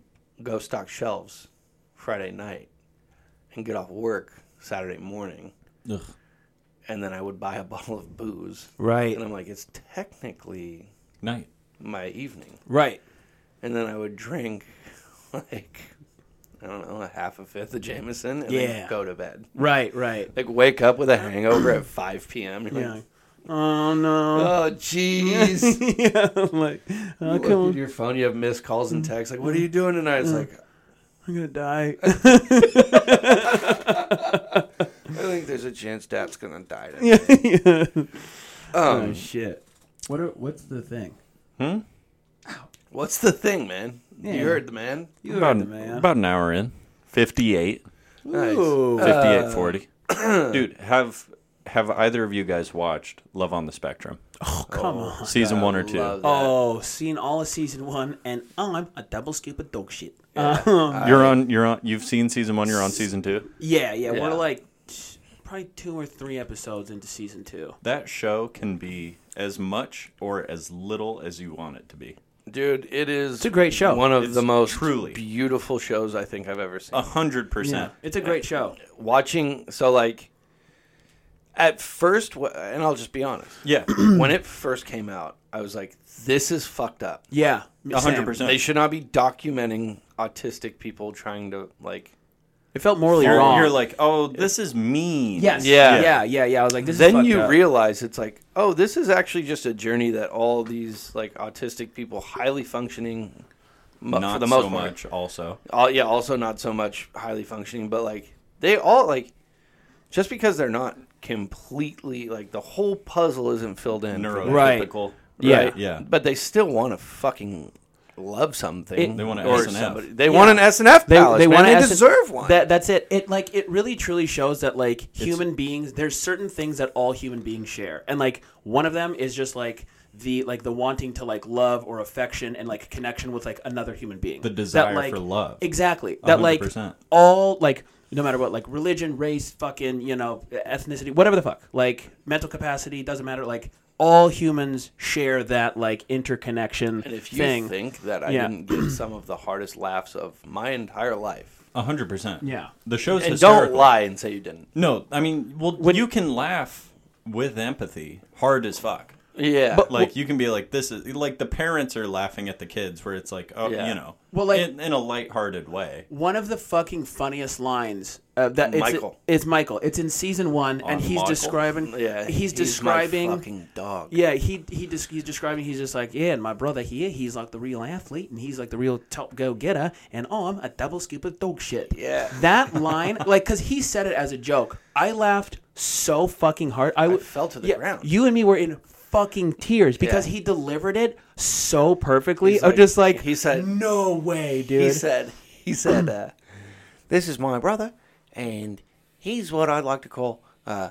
S1: go stock shelves Friday night and get off work Saturday morning
S2: Ugh.
S1: and then I would buy a bottle of booze
S3: Right,
S1: and I'm like it's technically
S2: Night.
S1: my evening
S3: right.
S1: and then I would drink like I don't know a half a fifth of Jameson and
S3: Yeah.
S1: then go to bed
S3: Right, right.
S1: like wake up with a hangover at 5 p.m. You're
S3: Yeah.
S1: like
S3: Oh no.
S1: oh jeez
S3: yeah, I'm like, how
S1: You look
S3: come
S1: at your phone, you have missed calls and texts. Like, what are you doing tonight? It's like,
S3: I'm gonna die?
S1: I think there's a chance Dad's gonna die. Today.
S3: yeah. Oh
S1: Um,
S3: shit. What are, what's the thing?
S1: what's the thing, man?
S3: Yeah.
S1: You heard the man.
S3: You
S2: about,
S3: heard the man.
S2: about an hour in. 58.
S1: Nice.
S3: Ooh.
S2: 58 40. Dude, have have either of you guys watched Love on the Spectrum?
S3: oh, come on.
S2: Season 1 or 2?
S1: Love that.
S3: Oh, seen all of season one, and oh, I'm a double scoop of dog shit. Yeah,
S2: You're on you're on you've seen season 1, you're on season 2.
S3: yeah, yeah. We're
S1: Yeah.
S3: like t- probably two or three episodes into season two.
S2: That show can be as much or as little as you want it to be.
S1: dude, it is. It's
S3: a great show.
S1: One of
S2: It's
S1: the most
S2: truly-
S1: beautiful shows I think I've ever seen.
S2: A hundred
S3: Yeah,
S2: percent.
S3: it's a great show.
S1: Watching, so like, at first, wh- and I'll just be honest.
S2: Yeah,
S1: when it first came out, I was like, this is fucked up.
S3: Yeah,
S2: a hundred
S1: They
S2: percent.
S1: should not be documenting autistic people trying to like.
S3: It felt morally
S2: You're,
S3: wrong.
S2: you're like, oh, this is mean.
S3: yes,
S1: Yeah.
S3: yeah, yeah, yeah, yeah. I was like, this. is
S1: then
S3: fucked
S1: you
S3: up.
S1: realize it's like, oh, this is actually just a journey that all these like autistic people, highly functioning mo-
S2: not
S1: for the most
S2: so
S1: part.
S2: much. Also,
S1: All, yeah, also not so much highly functioning, but like they all like just because they're not completely like the whole puzzle isn't filled in. for them,
S6: Right.
S2: neurotypical.
S6: Yeah.
S1: right?
S2: Yeah.
S1: But they still want to fucking love something.
S2: They want an
S1: or
S2: SNF.
S1: somebody- They want an SNF
S6: They,
S1: palace. They,
S6: they
S1: man.
S6: want
S1: they deserve one.
S3: That that's it. It like it really truly shows that like human beings there's certain things that all human beings share. And like one of them is just like the like the wanting to like love or affection and like connection with like another human being.
S2: The desire for love.
S3: Exactly. That like
S2: 100%.
S3: all like no matter what like religion, race, fucking, you know, ethnicity, whatever the fuck. Like mental capacity doesn't matter like all humans share that like interconnection
S1: and if you
S3: thing.
S1: think that I
S3: Yeah.
S1: didn't get some of the hardest laughs of my entire life,
S2: A hundred percent.
S3: Yeah.
S2: The show's
S1: and
S2: hysterical.
S1: don't lie and say you didn't.
S2: No, I mean, well, you can laugh with empathy, hard as fuck.
S1: Yeah,
S2: Like you can be like, this is like the parents are laughing at the kids, where it's like, oh,
S1: Yeah.
S2: you know,
S3: Well, like-
S2: in, in a lighthearted way.
S3: one of the fucking funniest lines uh, that it's,
S1: Michael. Oh,
S3: it's Michael. It's in season one, and he's
S2: Michael.
S3: describing.
S1: yeah,
S3: he's,
S1: my
S3: describing.
S1: fucking dog.
S3: yeah, he he just he's describing. He's just like, yeah, and my brother here, he's like the real athlete, and he's like the real top go getter, and I'm a double scoop of dog shit.
S1: Yeah.
S3: that line, like, because he said it as a joke. I laughed so fucking hard. I, w-
S1: fell to the
S3: yeah,
S1: ground.
S3: You and me were in fucking tears because
S1: Yeah.
S3: he delivered it so perfectly.
S1: He's
S3: I'm
S1: like-
S3: Oh, just like,
S1: he said-
S3: no way, dude.
S1: He said, he said, uh, this is my brother, and he's what I'd like to call uh,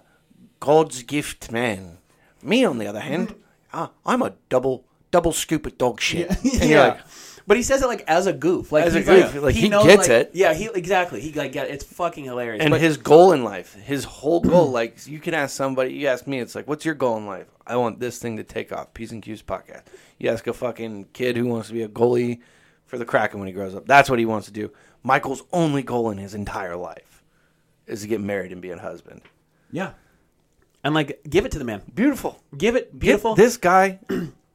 S1: God's gift man. Me, on the other hand, uh, I'm a double double scoop of dog shit. And you're like,
S3: but he says it like as a goof, like
S1: As a
S3: he's
S1: goof, like, he gets
S3: like-
S1: it.
S3: Yeah, he exactly. He like get it's fucking hilarious.
S1: and
S3: but
S1: his goal in life, his whole goal, like you can ask somebody, you ask me, it's like, what's your goal in life? I want this thing to take off. P's and Q's podcast. You ask a fucking kid who wants to be a goalie for the Kraken when he grows up. That's what he wants to do. Michael's only goal in his entire life is to get married and be a husband.
S6: Yeah.
S3: and like give it to the man,
S1: Beautiful.
S3: give it
S1: Get
S3: beautiful.
S1: this guy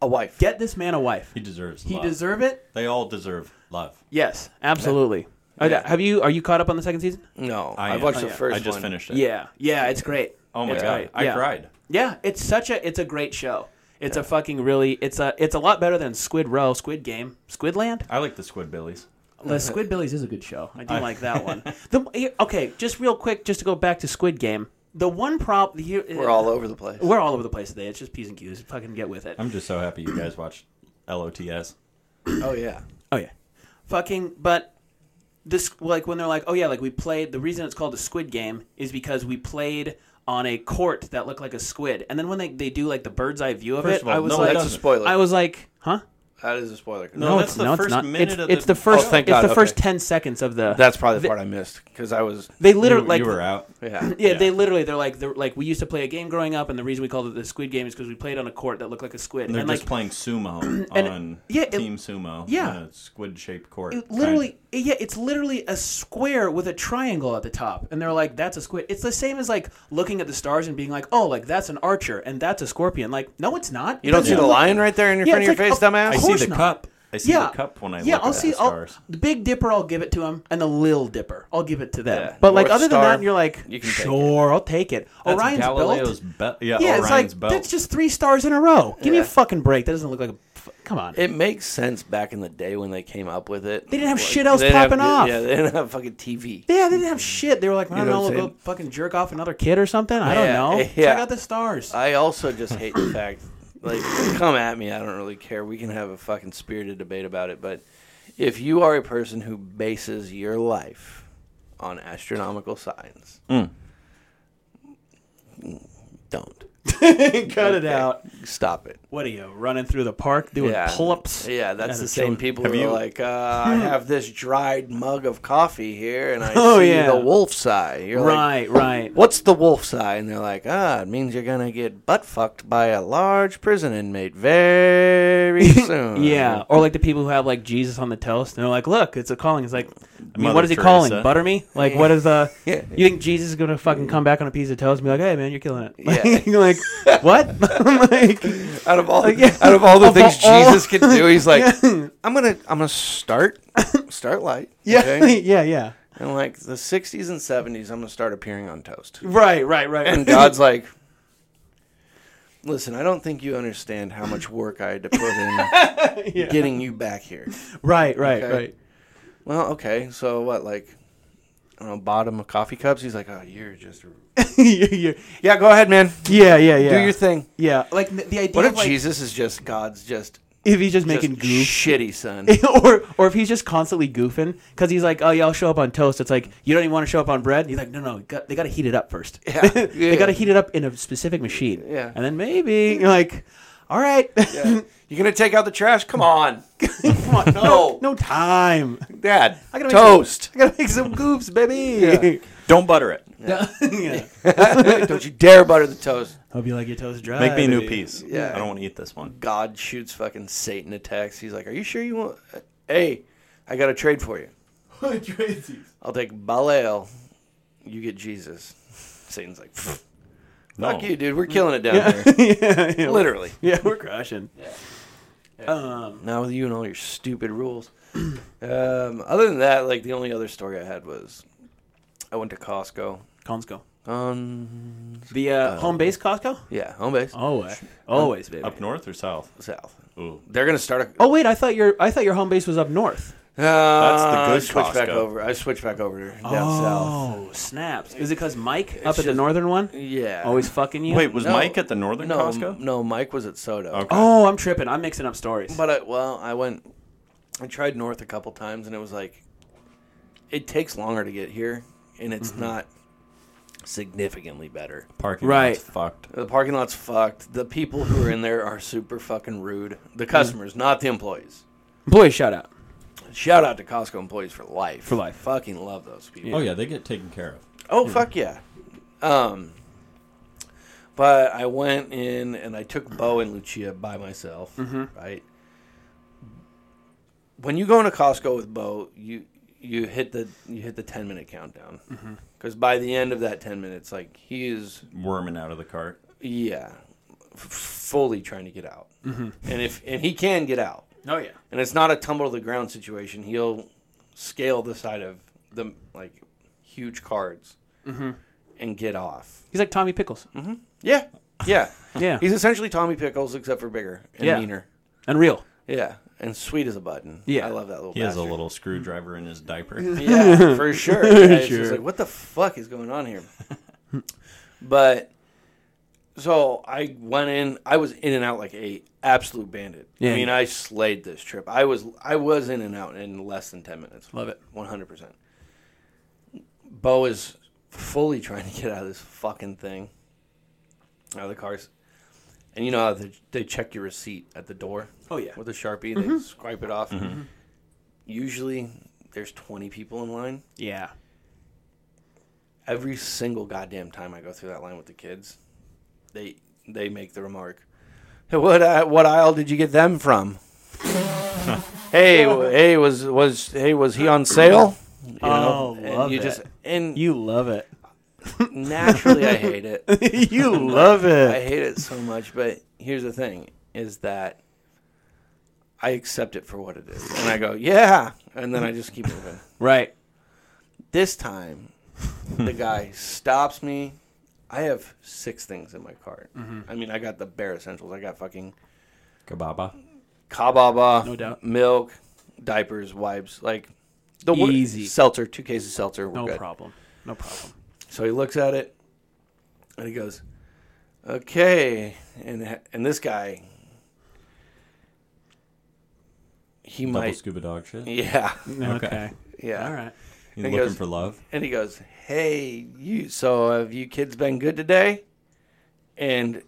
S1: a wife.
S3: get this man a wife.
S2: He deserves.
S3: He
S2: love.
S3: deserve it.
S2: They all deserve love.
S3: Yes, absolutely. Are-
S1: Yeah.
S3: Have you are you caught up on the second season?
S1: no,
S2: I
S1: I have
S2: am.
S1: watched
S2: Oh,
S1: the
S2: yeah.
S1: first.
S2: I just
S1: one.
S2: finished it.
S3: Yeah, yeah, it's great.
S2: Oh my
S3: It's
S2: god,
S3: great.
S2: I
S3: Yeah.
S2: cried.
S3: Yeah, it's such a it's a great show. It's a fucking really it's a it's a lot better than Squid Row, Squid Game, Squid Land.
S2: I like the Squidbillies.
S3: The Squidbillies is a good show. I do like that one. The, here- okay, just real quick, just to go back to Squid Game. The one problem here uh,
S1: We're all over the place.
S3: we're all over the place today. It's just p's and q's. Fucking get with it.
S2: I'm just so happy you guys watched LOTS.
S1: Oh yeah.
S3: oh yeah, fucking. But this like when they're like, oh yeah, like we played. The reason it's called the Squid Game is because we played on a court that looked like a squid. And then when they, they do like the bird's eye view of
S2: First
S3: it,
S2: of all,
S3: I was
S2: no,
S3: like,
S1: That's a
S2: doesn't.
S1: spoiler.
S3: I was like, huh?
S1: that is a spoiler.
S2: No, that's the
S3: no,
S2: first
S3: it's not.
S2: minute
S3: It's,
S2: of
S3: it's the
S1: Oh,
S3: first.
S1: thank
S3: it's
S1: God,
S3: the first
S1: okay.
S3: ten seconds of the.
S1: that's probably the part I missed because I was.
S3: they literally
S2: you,
S3: like
S2: you were out.
S1: Yeah.
S3: Yeah, they literally they're like they're like we used to play a game growing up, and the reason we called it the Squid Game is because we played on a court that looked like a squid.
S2: They're
S3: and
S2: just
S3: like
S2: playing sumo
S3: and-
S2: on
S3: yeah, it-
S2: Team Sumo.
S3: yeah.
S2: in a squid-shaped court.
S3: it literally, yeah, it's literally a square with a triangle at the top, and they're like that's a squid. It's the same as like looking at the stars and being like, oh, like that's an archer and that's a scorpion. Like no, it's not.
S1: You don't see the lion right there in your
S3: Yeah,
S1: front of your
S3: it's like,
S1: face,
S3: of
S1: dumbass.
S2: I see
S3: course
S2: the
S3: not.
S2: cup. I see the cup when I
S3: yeah,
S2: look
S3: I'll
S2: at
S3: see
S2: the
S3: I'll-
S2: stars.
S3: the Big Dipper. I'll give it to him, and the Lil Dipper. I'll give it to them.
S1: Yeah,
S3: But like
S1: North
S3: other than
S1: Star,
S3: that, you're like,
S1: you can take it.
S3: sure, I'll take it.
S2: That's
S3: Orion's belt.
S2: Galileo's belt. yeah,
S3: Yeah,
S2: Orion's
S3: it's like
S2: belt.
S3: that's just three stars in a row. Give me
S1: Yeah.
S3: a fucking break. That doesn't look like a. f- Come on.
S1: It makes sense back in the day when they came up with it. They
S3: didn't have shit else
S1: didn't
S3: popping
S1: have-
S3: off.
S1: Yeah, they didn't have fucking TV.
S3: yeah, they didn't have shit. They were like, I don't
S1: know
S3: know,
S1: what
S3: we'll
S1: I'm
S3: go
S1: saying?
S3: fucking jerk off another kid or something. I don't
S1: Yeah,
S3: know.
S1: yeah.
S3: Check out the stars.
S1: I also just hate the fact, like, come at me. I don't really care. We can have a fucking spirited debate about it. But if you are a person who bases your life on astronomical signs, don't
S3: Cut it out.
S1: stop it.
S3: What are you running through the park doing
S1: Yeah.
S3: pull-ups?
S1: Yeah, that's
S3: As
S1: the
S3: a
S1: same
S3: children.
S1: people who
S2: you-
S1: are like, uh, I have this dried mug of coffee here, and I
S3: Oh,
S1: see
S3: yeah.
S1: the wolf's eye. You're like,
S3: Right, right.
S1: What's the wolf's eye? And they're like, ah, it means you're gonna get butt fucked by a large prison inmate very soon.
S3: Yeah, or like the people who have like Jesus on the toast, and they're like, "Look, it's a calling." It's like, I mean,
S2: Mother
S3: what is he
S2: Teresa.
S3: calling? Butter me? Like, what is the?
S1: Yeah.
S3: You think Jesus is gonna fucking come back on a piece of toast and be like, "Hey, man, you're killing it." Like,
S1: Yeah.
S3: like what? like,
S1: Out of all,
S3: yeah.
S1: out of all the
S3: Of
S1: things
S3: all-
S1: Jesus can do, he's like, I'm gonna, I'm gonna start, start light.
S3: yeah,
S1: okay?
S3: yeah, yeah.
S1: And like the '60s and '70s, I'm gonna start appearing on toast.
S3: Right, right, right.
S1: And God's like, Listen, I don't think you understand how much work I had to put in getting you back here.
S3: Right, right,
S1: Okay.
S3: right.
S1: Well, okay. So what, like, I don't know, bottom of coffee cups? He's like, oh, you're just.
S3: yeah,
S1: Yeah, go ahead, man.
S3: yeah, yeah, yeah.
S1: Do your thing.
S3: yeah, like the the idea
S1: What
S3: of
S1: if
S3: like,
S1: Jesus is just God's just,
S3: if he's just
S1: just
S3: making goof
S1: shitty son?
S3: or or if he's just constantly goofing because he's like, oh yeah, I'll show up on toast. It's like you don't even want to show up on bread. He's like, no, no, got, they got to heat it up first.
S1: Yeah, yeah.
S3: they got to heat it up in a specific machine.
S1: Yeah.
S3: and then maybe you're like, all right,
S1: Yeah. You're gonna take out the trash? Come on,
S3: come on,
S1: No.
S3: no, no time.
S1: Dad.
S3: I gotta make
S1: toast.
S3: Some, I gotta make some goofs, baby.
S2: Don't butter it.
S3: Yeah.
S1: don't you dare butter the toast.
S3: Hope you like your toast dry.
S2: Make me a new
S3: baby.
S2: piece.
S1: Yeah.
S2: I don't want to eat this one.
S1: God shoots fucking Satan a text. He's like, "Are you sure you want? Hey, I got a trade for you. I'll take Balael. You get Jesus." Satan's like, "Pfft,
S2: No.
S1: "Fuck you, dude. We're killing it down there,
S3: yeah, yeah.
S1: literally."
S3: Yeah, we're crushing. Um,
S1: Now with you and all your stupid rules. um, other than that, like the only other story I had was I went to Costco.
S3: Consco.
S1: Um,
S3: The uh, home base Costco?
S1: yeah, home base
S3: Always. Always, baby.
S2: Up north or south?
S1: south.
S2: Ooh.
S1: They're gonna start a
S3: Oh wait, I thought your I thought your home base was up north.
S1: Uh,
S2: good
S1: I switched back
S2: Costco.
S1: over. I switched back over to down south.
S3: oh, snaps. Is it because Mike up at the
S1: just-
S3: northern one
S1: Yeah.
S3: Oh. always fucking you?
S2: Wait, was
S1: No.
S2: Mike at the northern
S1: no,
S2: Costco?
S1: no. Mike was at Soda.
S2: Okay.
S3: Oh, I'm tripping. I'm mixing up stories.
S1: But I, well, I went. I tried north a couple times, and it was like, it takes longer to get here, and it's
S2: Mm-hmm.
S1: not significantly better.
S2: Parking
S3: Right.
S2: lot's fucked.
S1: The parking lot's fucked. The people who are in there are super fucking rude. The
S2: Mm.
S1: customers, not the employees.
S3: Boy, shout out.
S1: Shout out to Costco employees for life. For
S3: life.
S1: Fucking love those people.
S2: Oh yeah, they get taken care of.
S1: Oh fuck yeah. Um but I went in and I took Bo and Lucia by myself, right? When you go into Costco with Bo, you you hit the you hit the 10 minute countdown. Cuz by the end of that 10 minutes like he is
S2: Worming out of the cart.
S1: yeah, f- fully trying to get out. And if and he can get out.
S3: Oh yeah.
S1: And it's not a tumble to the ground situation. He'll scale the side of the like huge cards and get off.
S3: He's like Tommy Pickles.
S1: Yeah, yeah,
S3: Yeah.
S1: He's essentially Tommy Pickles except for bigger and
S3: Yeah.
S1: meaner.
S3: Unreal.
S1: Yeah, and sweet as a button.
S3: Yeah.
S1: I love that little.
S2: He has a
S1: bastard.
S2: little screwdriver in his diaper.
S1: Yeah, for sure. Yeah, It's just
S3: Sure.
S1: like, what the fuck is going on here? but so I went in. I was in and out like a absolute bandit. I
S3: Yeah.
S1: mean, I slayed this trip. I was I was in and out in less than ten minutes. Love it, one hundred percent. Bo is fully trying to get out of this fucking thing, out of the cars, and you know how they, they check your receipt at the door.
S3: Oh, yeah. Mm-hmm.
S1: with a sharpie, they swipe it off. Usually, there's twenty people in line
S3: Yeah.
S1: every single goddamn time I go through that line with the kids, they they make the remark, "Hey, "What uh, what aisle did you get them from?" hey, w- hey, was was hey was he on sale? You
S3: Oh,
S1: and
S3: love
S1: you
S3: it.
S1: just and
S3: You love it.
S1: naturally I hate it.
S3: you love
S1: I
S3: it.
S1: hate it so much, but here's the thing is that I accept it for what it is. And I go, "Yeah." And then I just keep moving.
S3: Right.
S1: This time, the guy stops me. I have six things in my cart.
S3: Mm-hmm.
S1: I mean, I got the bare essentials. I got fucking
S2: Kababa.
S1: kababa,
S3: No doubt.
S1: milk, diapers, wipes, like the wor-
S3: Easy.
S1: seltzer, two cases of seltzer. We're
S3: No
S1: good.
S3: problem. No problem.
S1: So he looks at it, and he goes, "Okay." And and this guy, he
S2: Double
S1: might,
S2: scuba dog shit.
S1: yeah,
S3: Okay.
S1: yeah.
S3: All right.
S2: You
S1: He
S2: looking
S1: goes-
S2: for love?
S1: and he goes, "Hey, you. So have you kids been good today?" And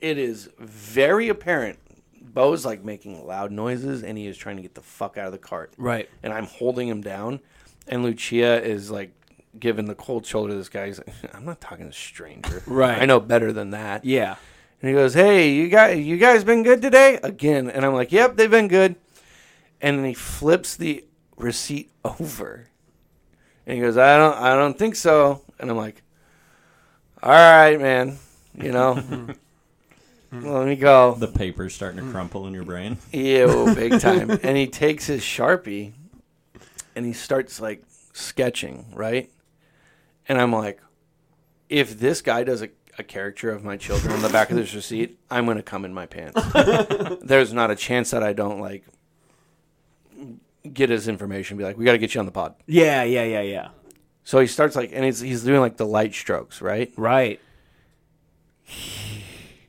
S1: it is very apparent. Bo's like making loud noises, and he is trying to get the fuck out of the cart.
S3: Right.
S1: And I'm holding him down, and Lucia is like giving the cold shoulder to this guy. He's like, "I'm not talking to a stranger.
S3: Right.
S1: I know better than that."
S3: Yeah.
S1: And he goes, "Hey, you guys, you guys been good today?" Again, and I'm like, "Yep, they've been good." And then he flips the receipt over, and he goes, "I don't, I don't think so." And I'm like, "All right, man, you know, let me go."
S2: The paper's starting to crumple in your brain.
S1: Ew, big time. and he takes his Sharpie and he starts like sketching, right? And I'm like, if this guy does a, a caricature of my children on the back of this receipt, I'm going to come in my pants. There's not a chance that I don't like get his information. Be like, we got to get you on the pod.
S6: Yeah, yeah, yeah, yeah.
S1: So he starts like, and he's he's doing like the light strokes, right?
S6: Right.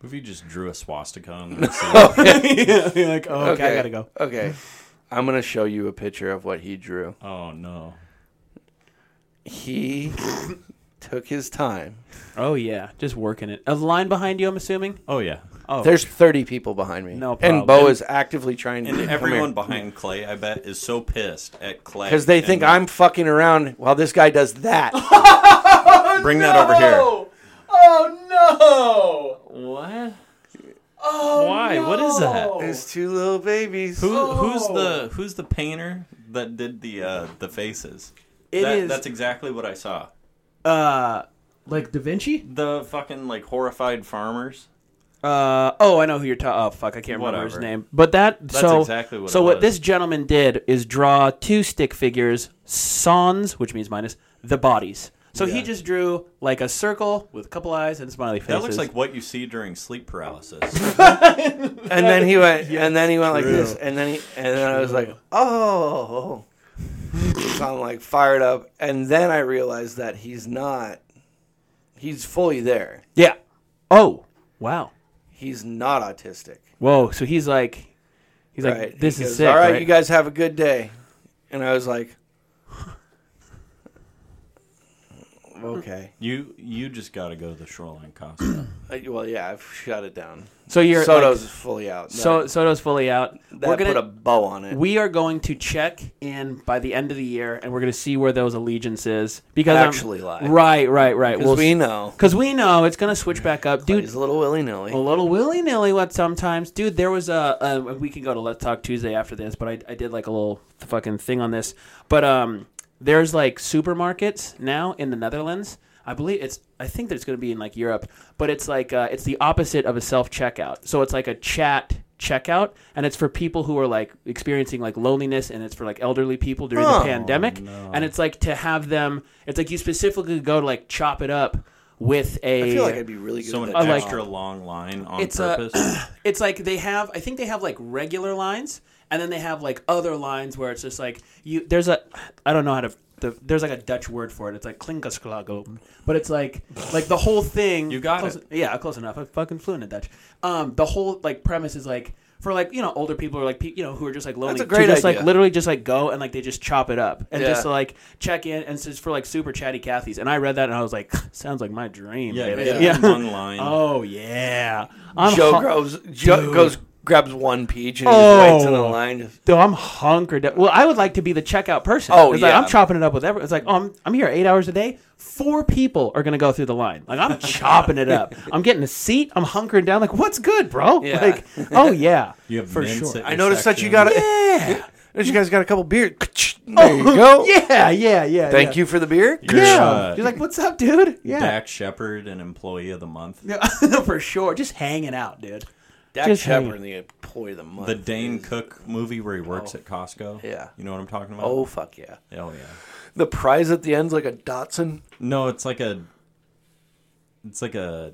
S2: If you just drew a swastika on the receipt,
S6: yeah, you're like, oh, okay, I gotta go.
S1: Okay, I'm going to show you a picture of what he drew.
S2: oh no.
S1: He took his time.
S3: Oh yeah, just working it. A line behind you, I'm assuming.
S2: Oh yeah.
S1: There's 30 people behind me.
S6: No
S1: And
S6: problem.
S1: Bo is actively trying to
S2: And
S1: come
S2: everyone
S1: here.
S2: behind Clay, I bet, is so pissed at Clay
S1: Because they think
S2: and-
S1: I'm fucking around while this guy does that.
S2: Bring that over here.
S6: Oh
S3: What? Oh, Why? What is that?
S1: There's two little babies.
S2: Who, Who's the Who's the painter that did the uh, the faces?
S6: no! It is
S2: That- That's exactly what I saw.
S6: uh, like Da Vinci.
S2: The fucking like horrified farmers.
S3: Uh oh, I know who you're talking. Oh fuck, I can't remember his
S2: Whatever.
S3: name. But that so
S2: exactly what
S3: so
S2: it
S3: what
S2: was.
S3: this gentleman did is draw two stick figures, sans, which means minus the bodies. So he just drew like a circle with a couple eyes and smiley faces.
S2: That looks like what you see during sleep paralysis.
S1: and then he went, and then he went like this, and then he, and then I was like, oh. so I'm like fired up, and then I realized that he's not. He's fully there.
S3: yeah. Oh wow.
S1: He's not autistic.
S3: Whoa. So he's like, he's like
S1: right.
S3: this
S1: He
S3: is
S1: goes,
S3: sick.
S1: All right,
S3: right?
S1: you guys have a good day. And I was like, okay.
S2: you you just got to go to the Shoreline Costa.
S1: Uh, Well, yeah, I've shut it down.
S3: so you're
S1: Soto's
S3: Like,
S1: is fully out.
S3: so
S1: that,
S3: Soto's fully out.
S1: that
S3: We're gonna
S1: put a bow on it.
S3: we are going to check in by the end of the year, and we're going to see where those allegiance is because I'm-
S1: Actually live.
S3: Right, right, right.
S1: Because we know.
S3: because we know it's going to switch back up, dude.
S1: He's a little willy nilly.
S3: A little willy nilly, what sometimes, dude. There was a, a we can go to Let's Talk Tuesday after this, but I, I did like a little fucking thing on this. But um, there's like supermarkets now in the Netherlands. I believe it's I think that it's going to be in like Europe, but it's like uh, it's the opposite of a self checkout. So it's like a chat checkout, and it's for people who are like experiencing like loneliness, and it's for like elderly people during
S1: Oh,
S3: the pandemic, and it's like to have them. It's like you specifically go to like chop it up with a.
S1: I feel like I'd be really good
S2: so
S1: at
S2: an
S1: that.
S3: like-
S2: extra long line on
S3: It's a-
S2: purpose.
S3: it's like they have i think they have like regular lines and then they have like other lines where it's just like you there's a i don't know how to the, there's like a dutch word for it it's like klinkersklago but it's like like the whole thing
S2: You got
S3: close,
S2: it.
S3: yeah close enough i'm fucking fluent in dutch um the whole like premise is like for like you know older people or like pe- you know who are just like lonely
S1: a great
S3: to just like
S1: idea.
S3: literally just like go and like they just chop it up and
S1: Yeah.
S3: just like check in and it's just for like super chatty Cathy's and I read that and I was like sounds like my dream
S2: yeah,
S3: baby.
S2: get
S3: yeah.
S2: in one line.
S3: oh yeah I'm
S1: Joe
S3: hu-
S1: grows, Joe goes, grabs one peach and
S3: Oh.
S1: just waits in the line. Just,
S3: Dude, I'm hunkered. down. Well, I would like to be the checkout person.
S1: Oh,
S3: it's
S1: yeah.
S3: Like, I'm chopping it up with everyone. It's like, oh, I'm, I'm here eight hours a day. Four people are gonna go through the line. Like I'm chopping it up. I'm getting a seat. I'm hunkering down. Like what's good, bro?
S1: Yeah.
S3: Like oh yeah.
S2: You have
S3: For
S2: men
S3: sure.
S2: sit in
S1: I
S2: your
S1: noticed that
S2: section.
S1: you got a,
S3: Yeah. Oh,
S1: that you guys got a couple beers. There you go.
S3: Yeah. Yeah. Yeah.
S1: Oh. Thank you for the beer.
S2: You're,
S3: Yeah.
S2: uh,
S3: You're like, what's up, dude? Yeah.
S2: Dax Shepard, an employee of the month.
S3: for sure. Just hanging out, dude.
S1: Dak
S3: Just
S1: Shepard, the employee of the month.
S2: The Dane Cook movie where he
S3: Oh.
S2: works at Costco.
S1: Yeah.
S2: You know what I'm talking about?
S1: Oh fuck yeah!
S2: Hell yeah.
S1: The prize at the end's like a Datsun.
S2: No, it's like a it's like a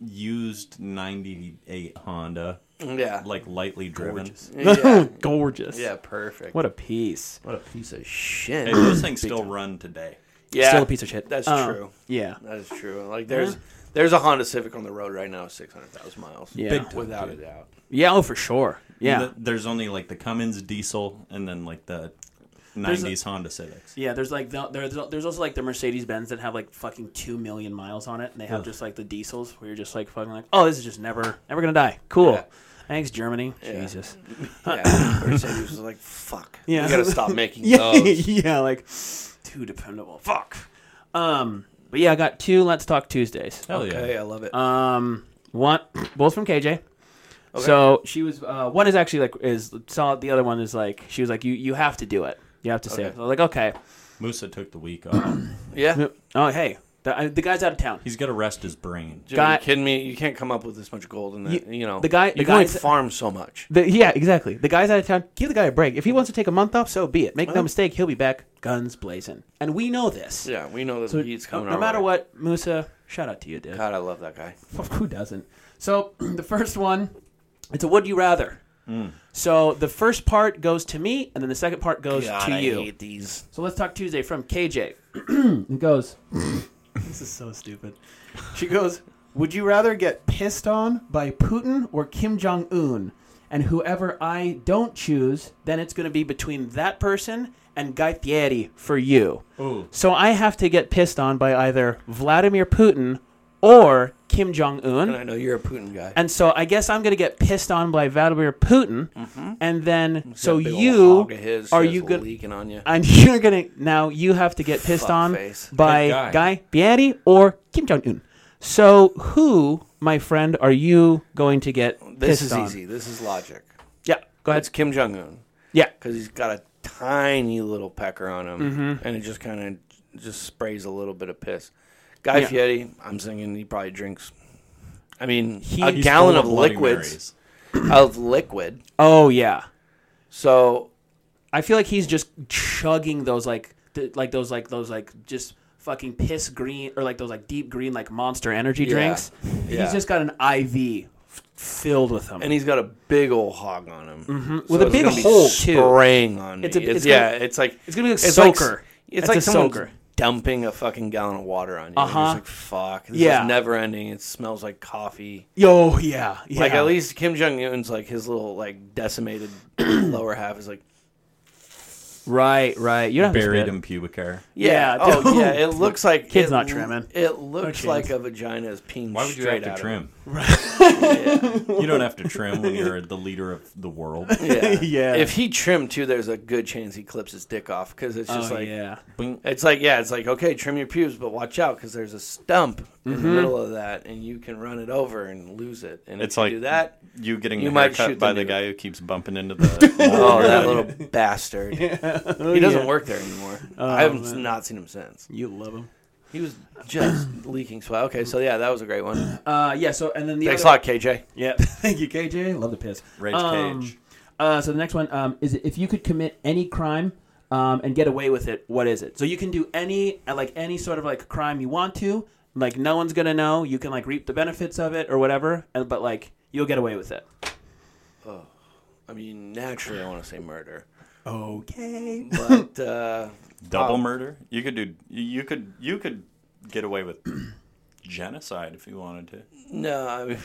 S2: used 98 Honda,
S1: Yeah,
S2: like lightly driven.
S1: yeah,
S3: Gorgeous.
S1: yeah, perfect.
S3: What a piece.
S1: what a piece of
S2: Hey,
S1: shit.
S2: those things still run today.
S1: Yeah,
S3: Still a piece of shit.
S1: That's
S3: Um,
S1: true.
S3: Yeah.
S1: That is true. Like there's there's a Honda Civic on the road right now, six hundred thousand miles.
S3: Yeah.
S2: Big time,
S1: without
S2: dude.
S1: a doubt.
S3: Yeah. Oh, for sure. Yeah.
S2: Th- there's only like the Cummins diesel and then like the 90s Honda Civics.
S3: Yeah, there's like the, there's there's also like the Mercedes Benz that have like fucking two million miles on it, and they have just like the diesels where you're just like fucking like, oh, this is just never never gonna die. Cool.
S1: Yeah.
S3: Thanks, Germany. Jesus.
S1: Yeah, Mercedes was like, "Fuck, yeah.
S3: Yeah.
S1: we gotta stop making
S3: Yeah,
S1: those."
S3: yeah, like Oh, too dependable. Fuck. Um, but yeah, I got two. Let's talk Tuesdays.
S2: Hell yeah.
S1: Hey, I love it.
S3: Um, one both from KJ. So she was uh, one is actually like is saw the other one is like she was like you you have to do it. You have to say
S1: Okay.
S3: it. I was like okay.
S2: Musa took the week off.
S1: yeah,
S3: Oh hey, the, I- the guy's out of town.
S2: He's got to rest his brain.
S1: Dude,
S3: Guy-
S1: are you kidding me? You can't come up with this much gold in that. You, know,
S3: the guy-
S1: You
S3: the
S1: can only
S3: guy's-
S1: farm so much.
S3: The, yeah, exactly. The guy's out of town. Give the guy a break. If he wants to take a month off, so be it. Make no mistake, he'll be back, guns blazing. And we know this.
S1: Yeah, we know that
S3: So
S1: he's coming.
S3: no
S1: our
S3: matter
S1: way.
S3: what, Musa, Shout out to you, dude.
S1: God, I love that guy.
S6: Who doesn't?
S3: So the first one, it's a would you rather.
S1: Hmm.
S3: So the first part goes to me, and then the second part goes to you.
S1: these.
S3: So let's talk Tuesday from KJ.
S6: It goes.
S3: This is so stupid.
S6: She goes. Would you rather get pissed on by Putin or Kim Jong Un? And whoever I don't choose,
S3: Then it's going to be between that person and Guy Fieri for you.
S2: Ooh.
S3: So I have to get pissed on by either Vladimir Putin or Kim Jong Un.
S1: I know you're a Putin guy.
S3: And so I guess I'm gonna get pissed on by Vladimir Putin,
S1: Mm-hmm.
S3: and then so
S1: That big ol'
S3: you
S1: hog of his
S3: are
S1: just
S3: you gonna
S1: leaking on you?
S3: and you're gonna now you have to get pissed on
S1: Fuckface.
S3: by
S2: Good guy.
S3: Guy Fieri or Kim Jong Un. So who, my friend, are you going to get
S1: This
S3: pissed
S1: is
S3: on?
S1: easy. This is logic.
S3: Yeah, go ahead.
S1: That's Kim Jong Un
S3: yeah,
S1: because he's got a tiny little pecker on him,
S3: Mm-hmm.
S1: and it just kind of just sprays a little bit of piss. Guy
S3: Yeah.
S1: Fieri, I'm thinking he probably drinks. I mean, a
S2: He's
S1: gallon
S2: full
S1: of
S2: Bloody
S1: liquids
S2: Marys.
S1: of liquid.
S3: oh yeah.
S1: So
S3: I feel like he's just chugging those like th- like those like those like just fucking piss green or like those like deep green like Monster Energy drinks.
S1: Yeah.
S3: He's just got an IV f- filled with them.
S1: and he's got a big old hog on him
S3: Mm-hmm. With a
S1: it's
S3: big
S1: gonna be
S3: hole, too.
S1: spraying on
S3: It's
S1: it's
S3: a-
S1: it's,
S3: it's
S1: yeah,
S3: gonna-
S1: it's like
S3: it's gonna be like
S1: like-
S3: soaker.
S1: it's
S3: That's
S1: like
S3: a
S1: someone
S3: soaker.
S1: dumping a fucking gallon of water on you. Uh
S3: Uh-huh.
S1: huh. Like fuck, this
S3: Yeah.
S1: is never ending. It smells like coffee.
S3: Yo, yeah, yeah.
S1: Like at least Kim Jong Un's like his little like decimated lower half is like
S3: right, right. You don't have to
S2: Buried
S3: spit.
S2: in pubic hair.
S1: yeah,
S3: Yeah,
S1: oh
S3: dude.
S1: yeah. It looks like
S3: Kid's
S1: it
S3: not
S1: l-
S3: trimming.
S1: It looks
S3: No
S1: like
S3: chance.
S1: a vagina is peeing.
S2: Why would you
S1: straight
S2: have
S1: out
S2: to
S1: of
S2: trim? you don't have to trim when you're the leader of the world.
S1: it. Yeah.
S3: Yeah.
S1: If he trimmed too, there's a good chance he clips his dick off because it's just
S3: Oh,
S1: like
S3: yeah.
S2: Boing.
S1: It's like yeah, it's like okay, trim your pubes, but watch out because there's a stump in the middle of that, and you can run it over and lose it. And
S2: It's
S1: if you
S2: like
S1: do that.
S2: You getting
S1: You
S2: the
S1: might shoot
S2: haircut by the
S1: the dude.
S2: guy who keeps bumping into the.
S1: Oh, that little bastard! he doesn't
S3: yeah.
S1: work there anymore. I haven't not seen him since.
S3: You love him.
S1: He was just leaking sweat. Okay, so yeah, that was a great one.
S3: Uh, yeah. So and then the
S1: Thanks a
S3: other,
S1: lot, KJ.
S3: Yeah. Thank you, KJ. Love the piss.
S2: Rage
S3: Um,
S2: cage.
S3: Uh, so the next one um, is if you could commit any crime um, and get away with it, what is it? So you can do any uh, like any sort of like crime you want to, like no one's gonna know. You can like reap the benefits of it or whatever, and, but like you'll get away with it.
S1: I mean, naturally, I want to say murder,
S3: Okay.
S1: but uh,
S2: Double murder. You could do. You could. You could get away with genocide if you wanted to.
S1: no. I mean,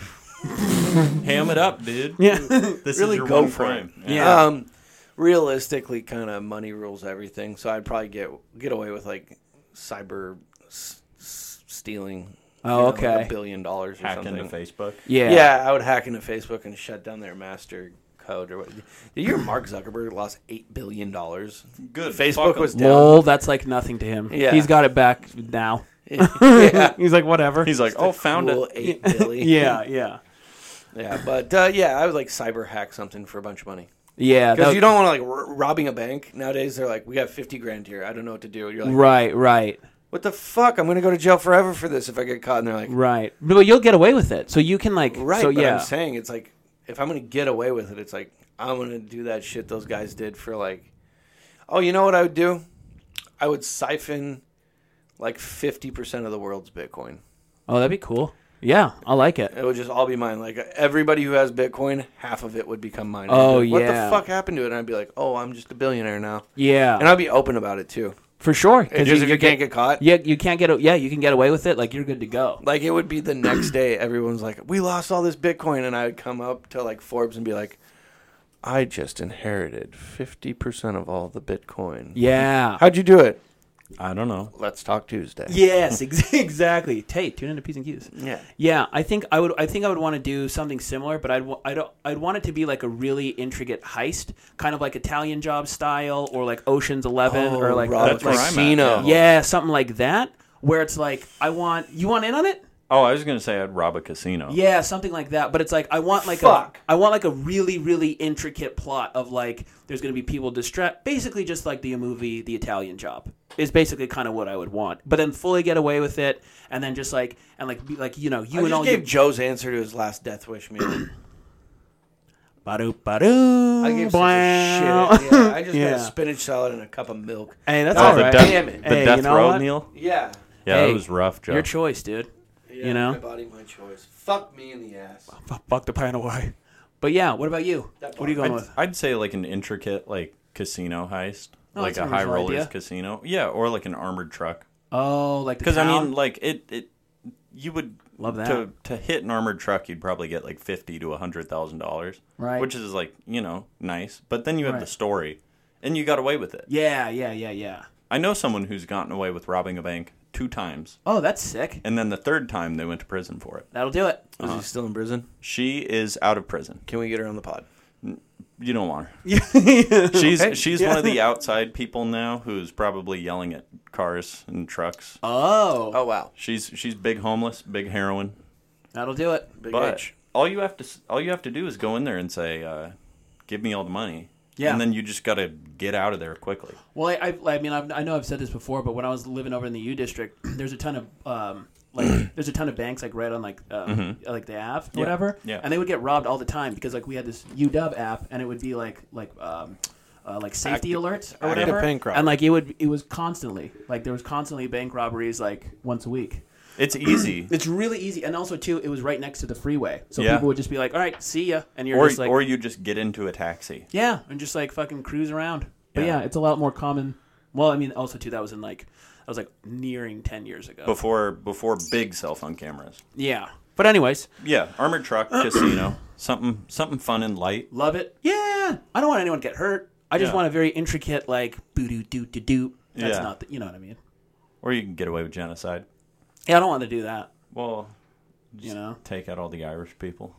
S2: Ham it up, dude.
S3: Yeah.
S2: This
S1: Really
S2: is your
S1: go
S2: one
S1: for it.
S2: crime.
S3: Yeah.
S1: um, realistically, kind of money rules everything. So I'd probably get get away with like cyber s- s- stealing.
S3: Oh,
S1: you like,
S3: okay.
S1: a billion dollars or
S2: Hack
S1: something.
S2: into Facebook.
S3: Yeah.
S1: Yeah. I would hack into Facebook and shut down their master code or what. Did you hear Mark Zuckerberg lost eight billion dollars?
S2: Good.
S1: Facebook
S2: fuck 'em.
S1: was down.
S3: Lol, that's like nothing to him.
S1: Yeah.
S3: He's got it back now.
S1: yeah.
S3: He's like whatever.
S2: He's like, oh, found
S1: Cool,
S2: it.
S1: eight billion.
S3: yeah, yeah,
S1: yeah. But uh, yeah, I would like cyber hack something for a bunch of money.
S3: yeah.
S1: Because
S3: that-
S1: you don't want to like r- robbing a bank nowadays. They're like, we got fifty grand here. I don't know what to do. You're like,
S3: right, right.
S1: what the fuck? I'm gonna go to jail forever for this if I get caught. And they're like,
S3: Right. But you'll get away with it. So you can like
S1: right.
S3: so
S1: but
S3: yeah.
S1: I'm saying it's like if I'm gonna get away with it, it's like I'm gonna do that shit those guys did for like, oh, you know what I would do? I would siphon like fifty percent of the world's Bitcoin.
S3: oh, that'd be cool. Yeah, I like it.
S1: It would just all be mine. Like everybody who has Bitcoin, half of it would become mine.
S3: Oh,
S1: I'd be like, What
S3: yeah.
S1: the fuck happened to it? And I'd be like, oh, I'm just a billionaire now.
S3: Yeah.
S1: And I'd be open about it too.
S3: for sure.
S1: And
S3: 'cause
S1: just if you can't get caught.
S3: Yeah, you can't get a- yeah, you can get away with it like you're good to go.
S1: Like it would be the next day, everyone's like, "We lost all this Bitcoin," and I would come up to like Forbes and be like, "I just inherited fifty percent of all the Bitcoin."
S3: Yeah.
S1: How'd you do it?
S2: I don't know.
S1: Let's talk Tuesday.
S3: Yes, ex- exactly. Tate, tune into P's and Q's.
S1: Yeah.
S3: Yeah, I think I would. I think I would want to do something similar, but I'd. wa- I don't. I'd want it to be like a really intricate heist, kind of like Italian Job style, or like Ocean's Eleven, or like
S1: Rob
S2: that's where I'm at,
S1: Oh, Casino.
S3: yeah, something like that, where it's like I want you want in on it.
S2: Oh, I was gonna say I'd rob a casino.
S3: Yeah, something like that. But it's like I want like
S1: Fuck.
S3: a I want like a really really intricate plot of like there's going to be people distract basically just like the movie The Italian Job is basically kind of what I would want. But then fully get away with it and then just like and like be like you know you
S1: I
S3: and all
S1: just gave
S3: your
S1: Joe's answer to his last death wish meeting.
S3: Ba-do, ba-do,
S1: I gave such
S3: blah.
S1: a shit. Yeah, I just
S3: Yeah.
S1: got a spinach salad and a cup of milk.
S3: Hey, that's
S1: Oh,
S3: all
S2: the
S3: right.
S1: death- Damn it.
S2: the
S3: Hey,
S2: death
S3: you know
S2: row,
S3: what?
S2: Neil.
S1: Yeah.
S2: Yeah,
S3: Hey,
S2: that was rough, Joe.
S3: Your choice, dude. you know?
S1: My body, my choice. Fuck me in the ass.
S3: F- fuck the pint away. But yeah, what about you? What are you going
S2: I'd,
S3: with?
S2: I'd say like an intricate like casino heist, like
S3: Oh, that's an
S2: a high
S3: original
S2: rollers
S3: idea.
S2: casino. Yeah, or like an armored truck.
S3: Oh, like the
S2: Because I
S3: town?
S2: mean, like it, it, you would
S3: Love that.
S2: to to hit an armored truck. You'd probably get like fifty to hundred thousand dollars,
S3: Right.
S2: Which is like you know nice, but then you have
S3: Right.
S2: the story, and you got away with it.
S3: yeah, yeah, yeah, yeah.
S2: I know someone who's gotten away with robbing a bank two times,
S3: Oh, that's sick.
S2: and then the third time they went to prison for it.
S3: That'll do it.
S2: Uh-huh.
S1: Is he still in prison?
S2: She is out of prison.
S1: Can we get her on the pod?
S2: You don't want her. She's she's one of the outside people now who's probably yelling at cars and trucks.
S3: Oh,
S1: Oh wow,
S2: She's she's big homeless, big heroin.
S3: that'll do it.
S1: big
S2: But
S1: H.
S2: all you have to s- all you have to do is go in there and say, uh, "Give me all the money."
S3: Yeah.
S2: And then you just got to get out of there quickly.
S3: Well, I, I, I mean, I've, I know I've said this before, but when I was living over in the U district, there's a ton of um, like there's a ton of banks like right on like uh, like the app, or whatever,
S2: Mm-hmm. Yeah.
S3: and they would get robbed all the time because like we had this UW app, and it would be like like um, uh, like safety alerts or
S1: active
S3: whatever,
S1: bank robbery.
S3: and like it would it was constantly like there was constantly bank robberies like once a week.
S2: It's easy.
S3: It's really easy, and also too, it was right next to the freeway, so
S2: Yeah.
S3: people would just be like, "All right, see ya," and you're
S2: or
S3: just like,
S2: or you just get into a taxi.
S3: yeah, and just like fucking cruise around. But
S2: Yeah.
S3: yeah. it's a lot more common. Well, I mean, also too, that was in like that was like nearing ten years ago.
S2: Before before big cell phone cameras.
S3: yeah. But anyways,
S2: Yeah, armored truck, casino, something something fun and light.
S3: love it. Yeah, I don't want anyone to get hurt. I just
S2: Yeah.
S3: want a very intricate like boo doo doo doo doo. That's
S2: Yeah.
S3: not the, you know what I mean.
S2: Or you can get away with genocide.
S3: Yeah, I don't want to do that.
S2: Well,
S3: You know,
S2: take out all the Irish people.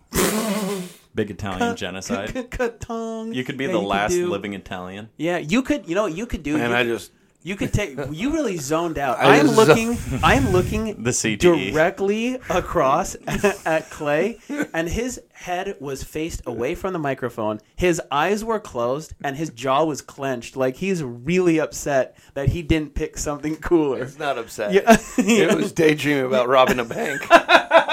S2: Big Italian genocide.
S3: tongue.
S2: You could be the last living Italian.
S3: Yeah, you could. You know, what you could do.
S1: And
S3: you,
S1: I just
S3: you could take. You really zoned out.
S1: I
S3: I am
S1: was
S3: looking. I am looking
S2: The
S1: E.
S2: CTE.
S3: directly across at, at Clay, and his head was faced away from the microphone. His eyes were closed, and his jaw was clenched, like he's really upset that he didn't pick something cooler.
S1: it's not upset.
S3: Yeah.
S1: It was daydreaming about robbing a bank.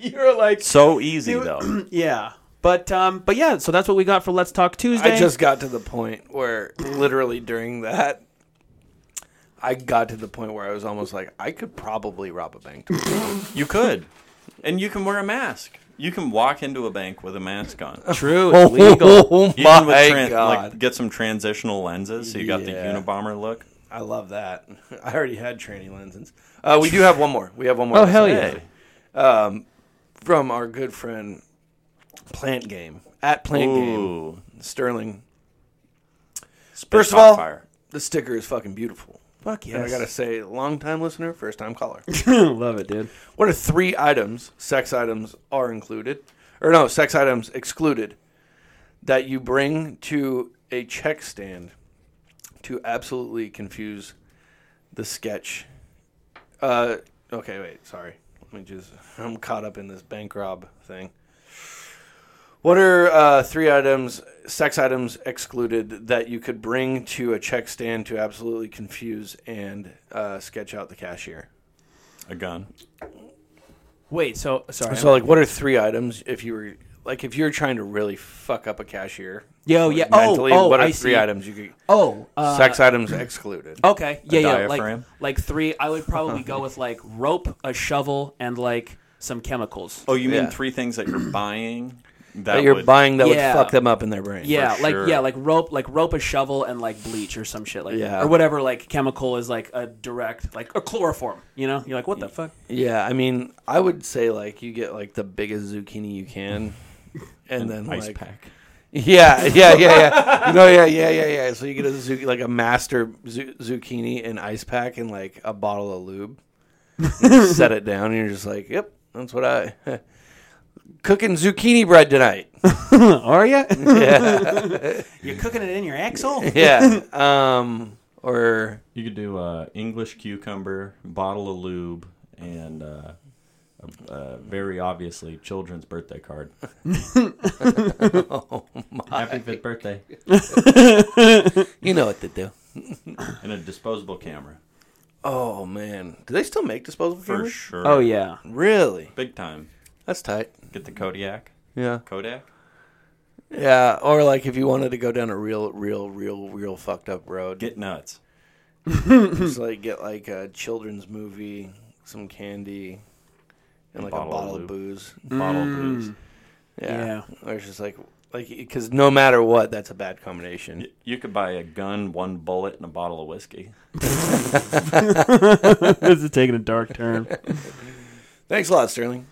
S3: You're like,
S2: So easy though.
S3: yeah, but um, but yeah. So that's what we got for Let's Talk Tuesday.
S1: I just got to the point where literally during that I got to the point where I was almost like I could probably rob a bank. tomorrow.
S2: You could, and you can wear a mask. You can walk into a bank with a mask on.
S3: true. It's legal.
S1: oh
S2: Even with
S1: my
S2: tran-
S1: god.
S2: Like, get some transitional lenses, so you got
S1: Yeah.
S2: the Unabomber look.
S1: I love that. I already had tranny lenses. Uh, we do have one more. We have one more. Oh
S3: hell
S2: Hey,
S1: From our good friend Plant Game at Plant Game
S2: ooh.
S1: Sterling.
S2: Spit
S1: First of
S2: hot
S1: all,
S2: fire.
S1: the sticker is fucking beautiful.
S3: Fuck
S1: And I
S3: yes.
S1: gotta say, long time listener, first time caller.
S3: love it, dude.
S1: what are three items? Sex items are included, or no, sex items excluded, that you bring to a check stand to absolutely confuse the sketch. Uh, okay, wait, sorry. Let me just. I'm caught up in this bank rob thing. What are uh, three items, sex items excluded, that you could bring to a check stand to absolutely confuse and uh, sketch out the cashier?
S2: a gun.
S3: Wait, so sorry.
S1: So, like, what are three items if you were like if you're trying to really fuck up a cashier?
S3: Yo,
S1: like,
S3: yeah. Oh, oh,
S1: what are
S3: I
S1: three
S3: see.
S1: items you could?
S3: oh, uh,
S1: sex items excluded.
S3: Okay. Yeah, yeah. Like,
S2: diaphragm?
S3: like three. I would probably go with like rope, a shovel, and like some chemicals.
S2: Oh, you
S1: Yeah.
S2: mean three things that you're buying?
S1: that you're
S2: would-
S1: buying that
S3: Yeah.
S1: would fuck them up in their brain.
S3: yeah,
S2: for
S3: like
S2: sure.
S3: yeah, like rope, like rope, a shovel, and like bleach or some shit like
S1: Yeah.
S3: that, or whatever. Like chemical is like a direct, like a chloroform. You know, you're like, what the fuck?
S1: yeah. I mean, I would say like you get like the biggest zucchini you can, and then
S2: ice
S1: like
S2: pack.
S1: yeah, yeah, yeah, yeah. no, yeah, yeah, yeah, yeah. So you get a zuc- like a master zu- zucchini and ice pack and like a bottle of lube. You just set it down, and you're just like, yep, that's what I cooking zucchini bread tonight.
S3: Are you?
S1: yeah,
S3: you're cooking it in your axle.
S1: yeah. Um, or
S2: You could do uh, English cucumber, bottle of lube, and uh, a- uh, very obviously children's birthday card.
S3: Oh
S2: Happy fifth birthday!
S1: you know what to do.
S2: And a disposable camera
S1: Oh man, do they still make disposable
S2: for
S1: cameras?
S2: sure.
S3: Oh yeah.
S1: Really?
S2: big time.
S1: That's tight.
S2: Get the Kodiak.
S1: Yeah,
S2: Kodak.
S1: yeah. Or like if you wanted to go down a real, real, real, real fucked up road,
S2: Get nuts.
S1: just like get like a children's movie, some candy, and like a bottle of
S2: lube.
S1: booze.
S2: Bottle of booze.
S1: Yeah,
S3: Yeah.
S1: Or it's just like like because no matter what, that's a bad combination.
S2: Y- You could buy a gun, one bullet, and a bottle of whiskey.
S3: this is taking a dark turn.
S1: Thanks a lot, Sterling.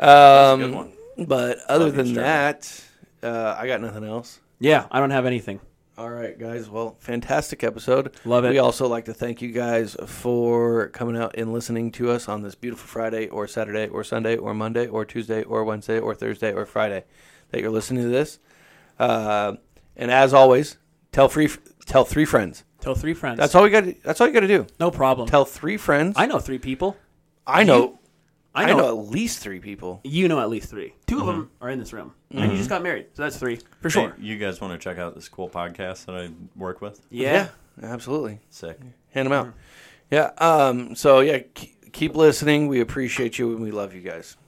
S2: a good
S1: Um,
S2: one.
S1: but other
S2: Love you,
S1: than
S2: Sterling.
S1: that, uh, I got nothing else.
S3: yeah, I don't have anything.
S1: All right, guys. Well, fantastic episode.
S3: Love it.
S1: We also like to thank you guys for coming out and listening to us on this beautiful Friday or Saturday or Sunday or Monday or Tuesday or Wednesday or Thursday or Friday that you're listening to this. Uh, and as always, tell free tell three friends.
S3: Tell three friends.
S1: That's all we got. That's all you got to do.
S3: no problem.
S1: Tell three friends.
S3: I know three people.
S1: I know.
S3: I
S1: I
S3: know,
S1: know at least three people.
S3: you know at least three. 2 of them are in this room, and you just got married, so that's three for
S2: Hey,
S3: sure.
S2: you guys want to check out this cool podcast that I work with?
S3: Yeah.
S1: absolutely.
S2: Sick.
S1: Hand them out. Yeah. Um. So yeah, keep, keep listening. We appreciate you and we love you guys.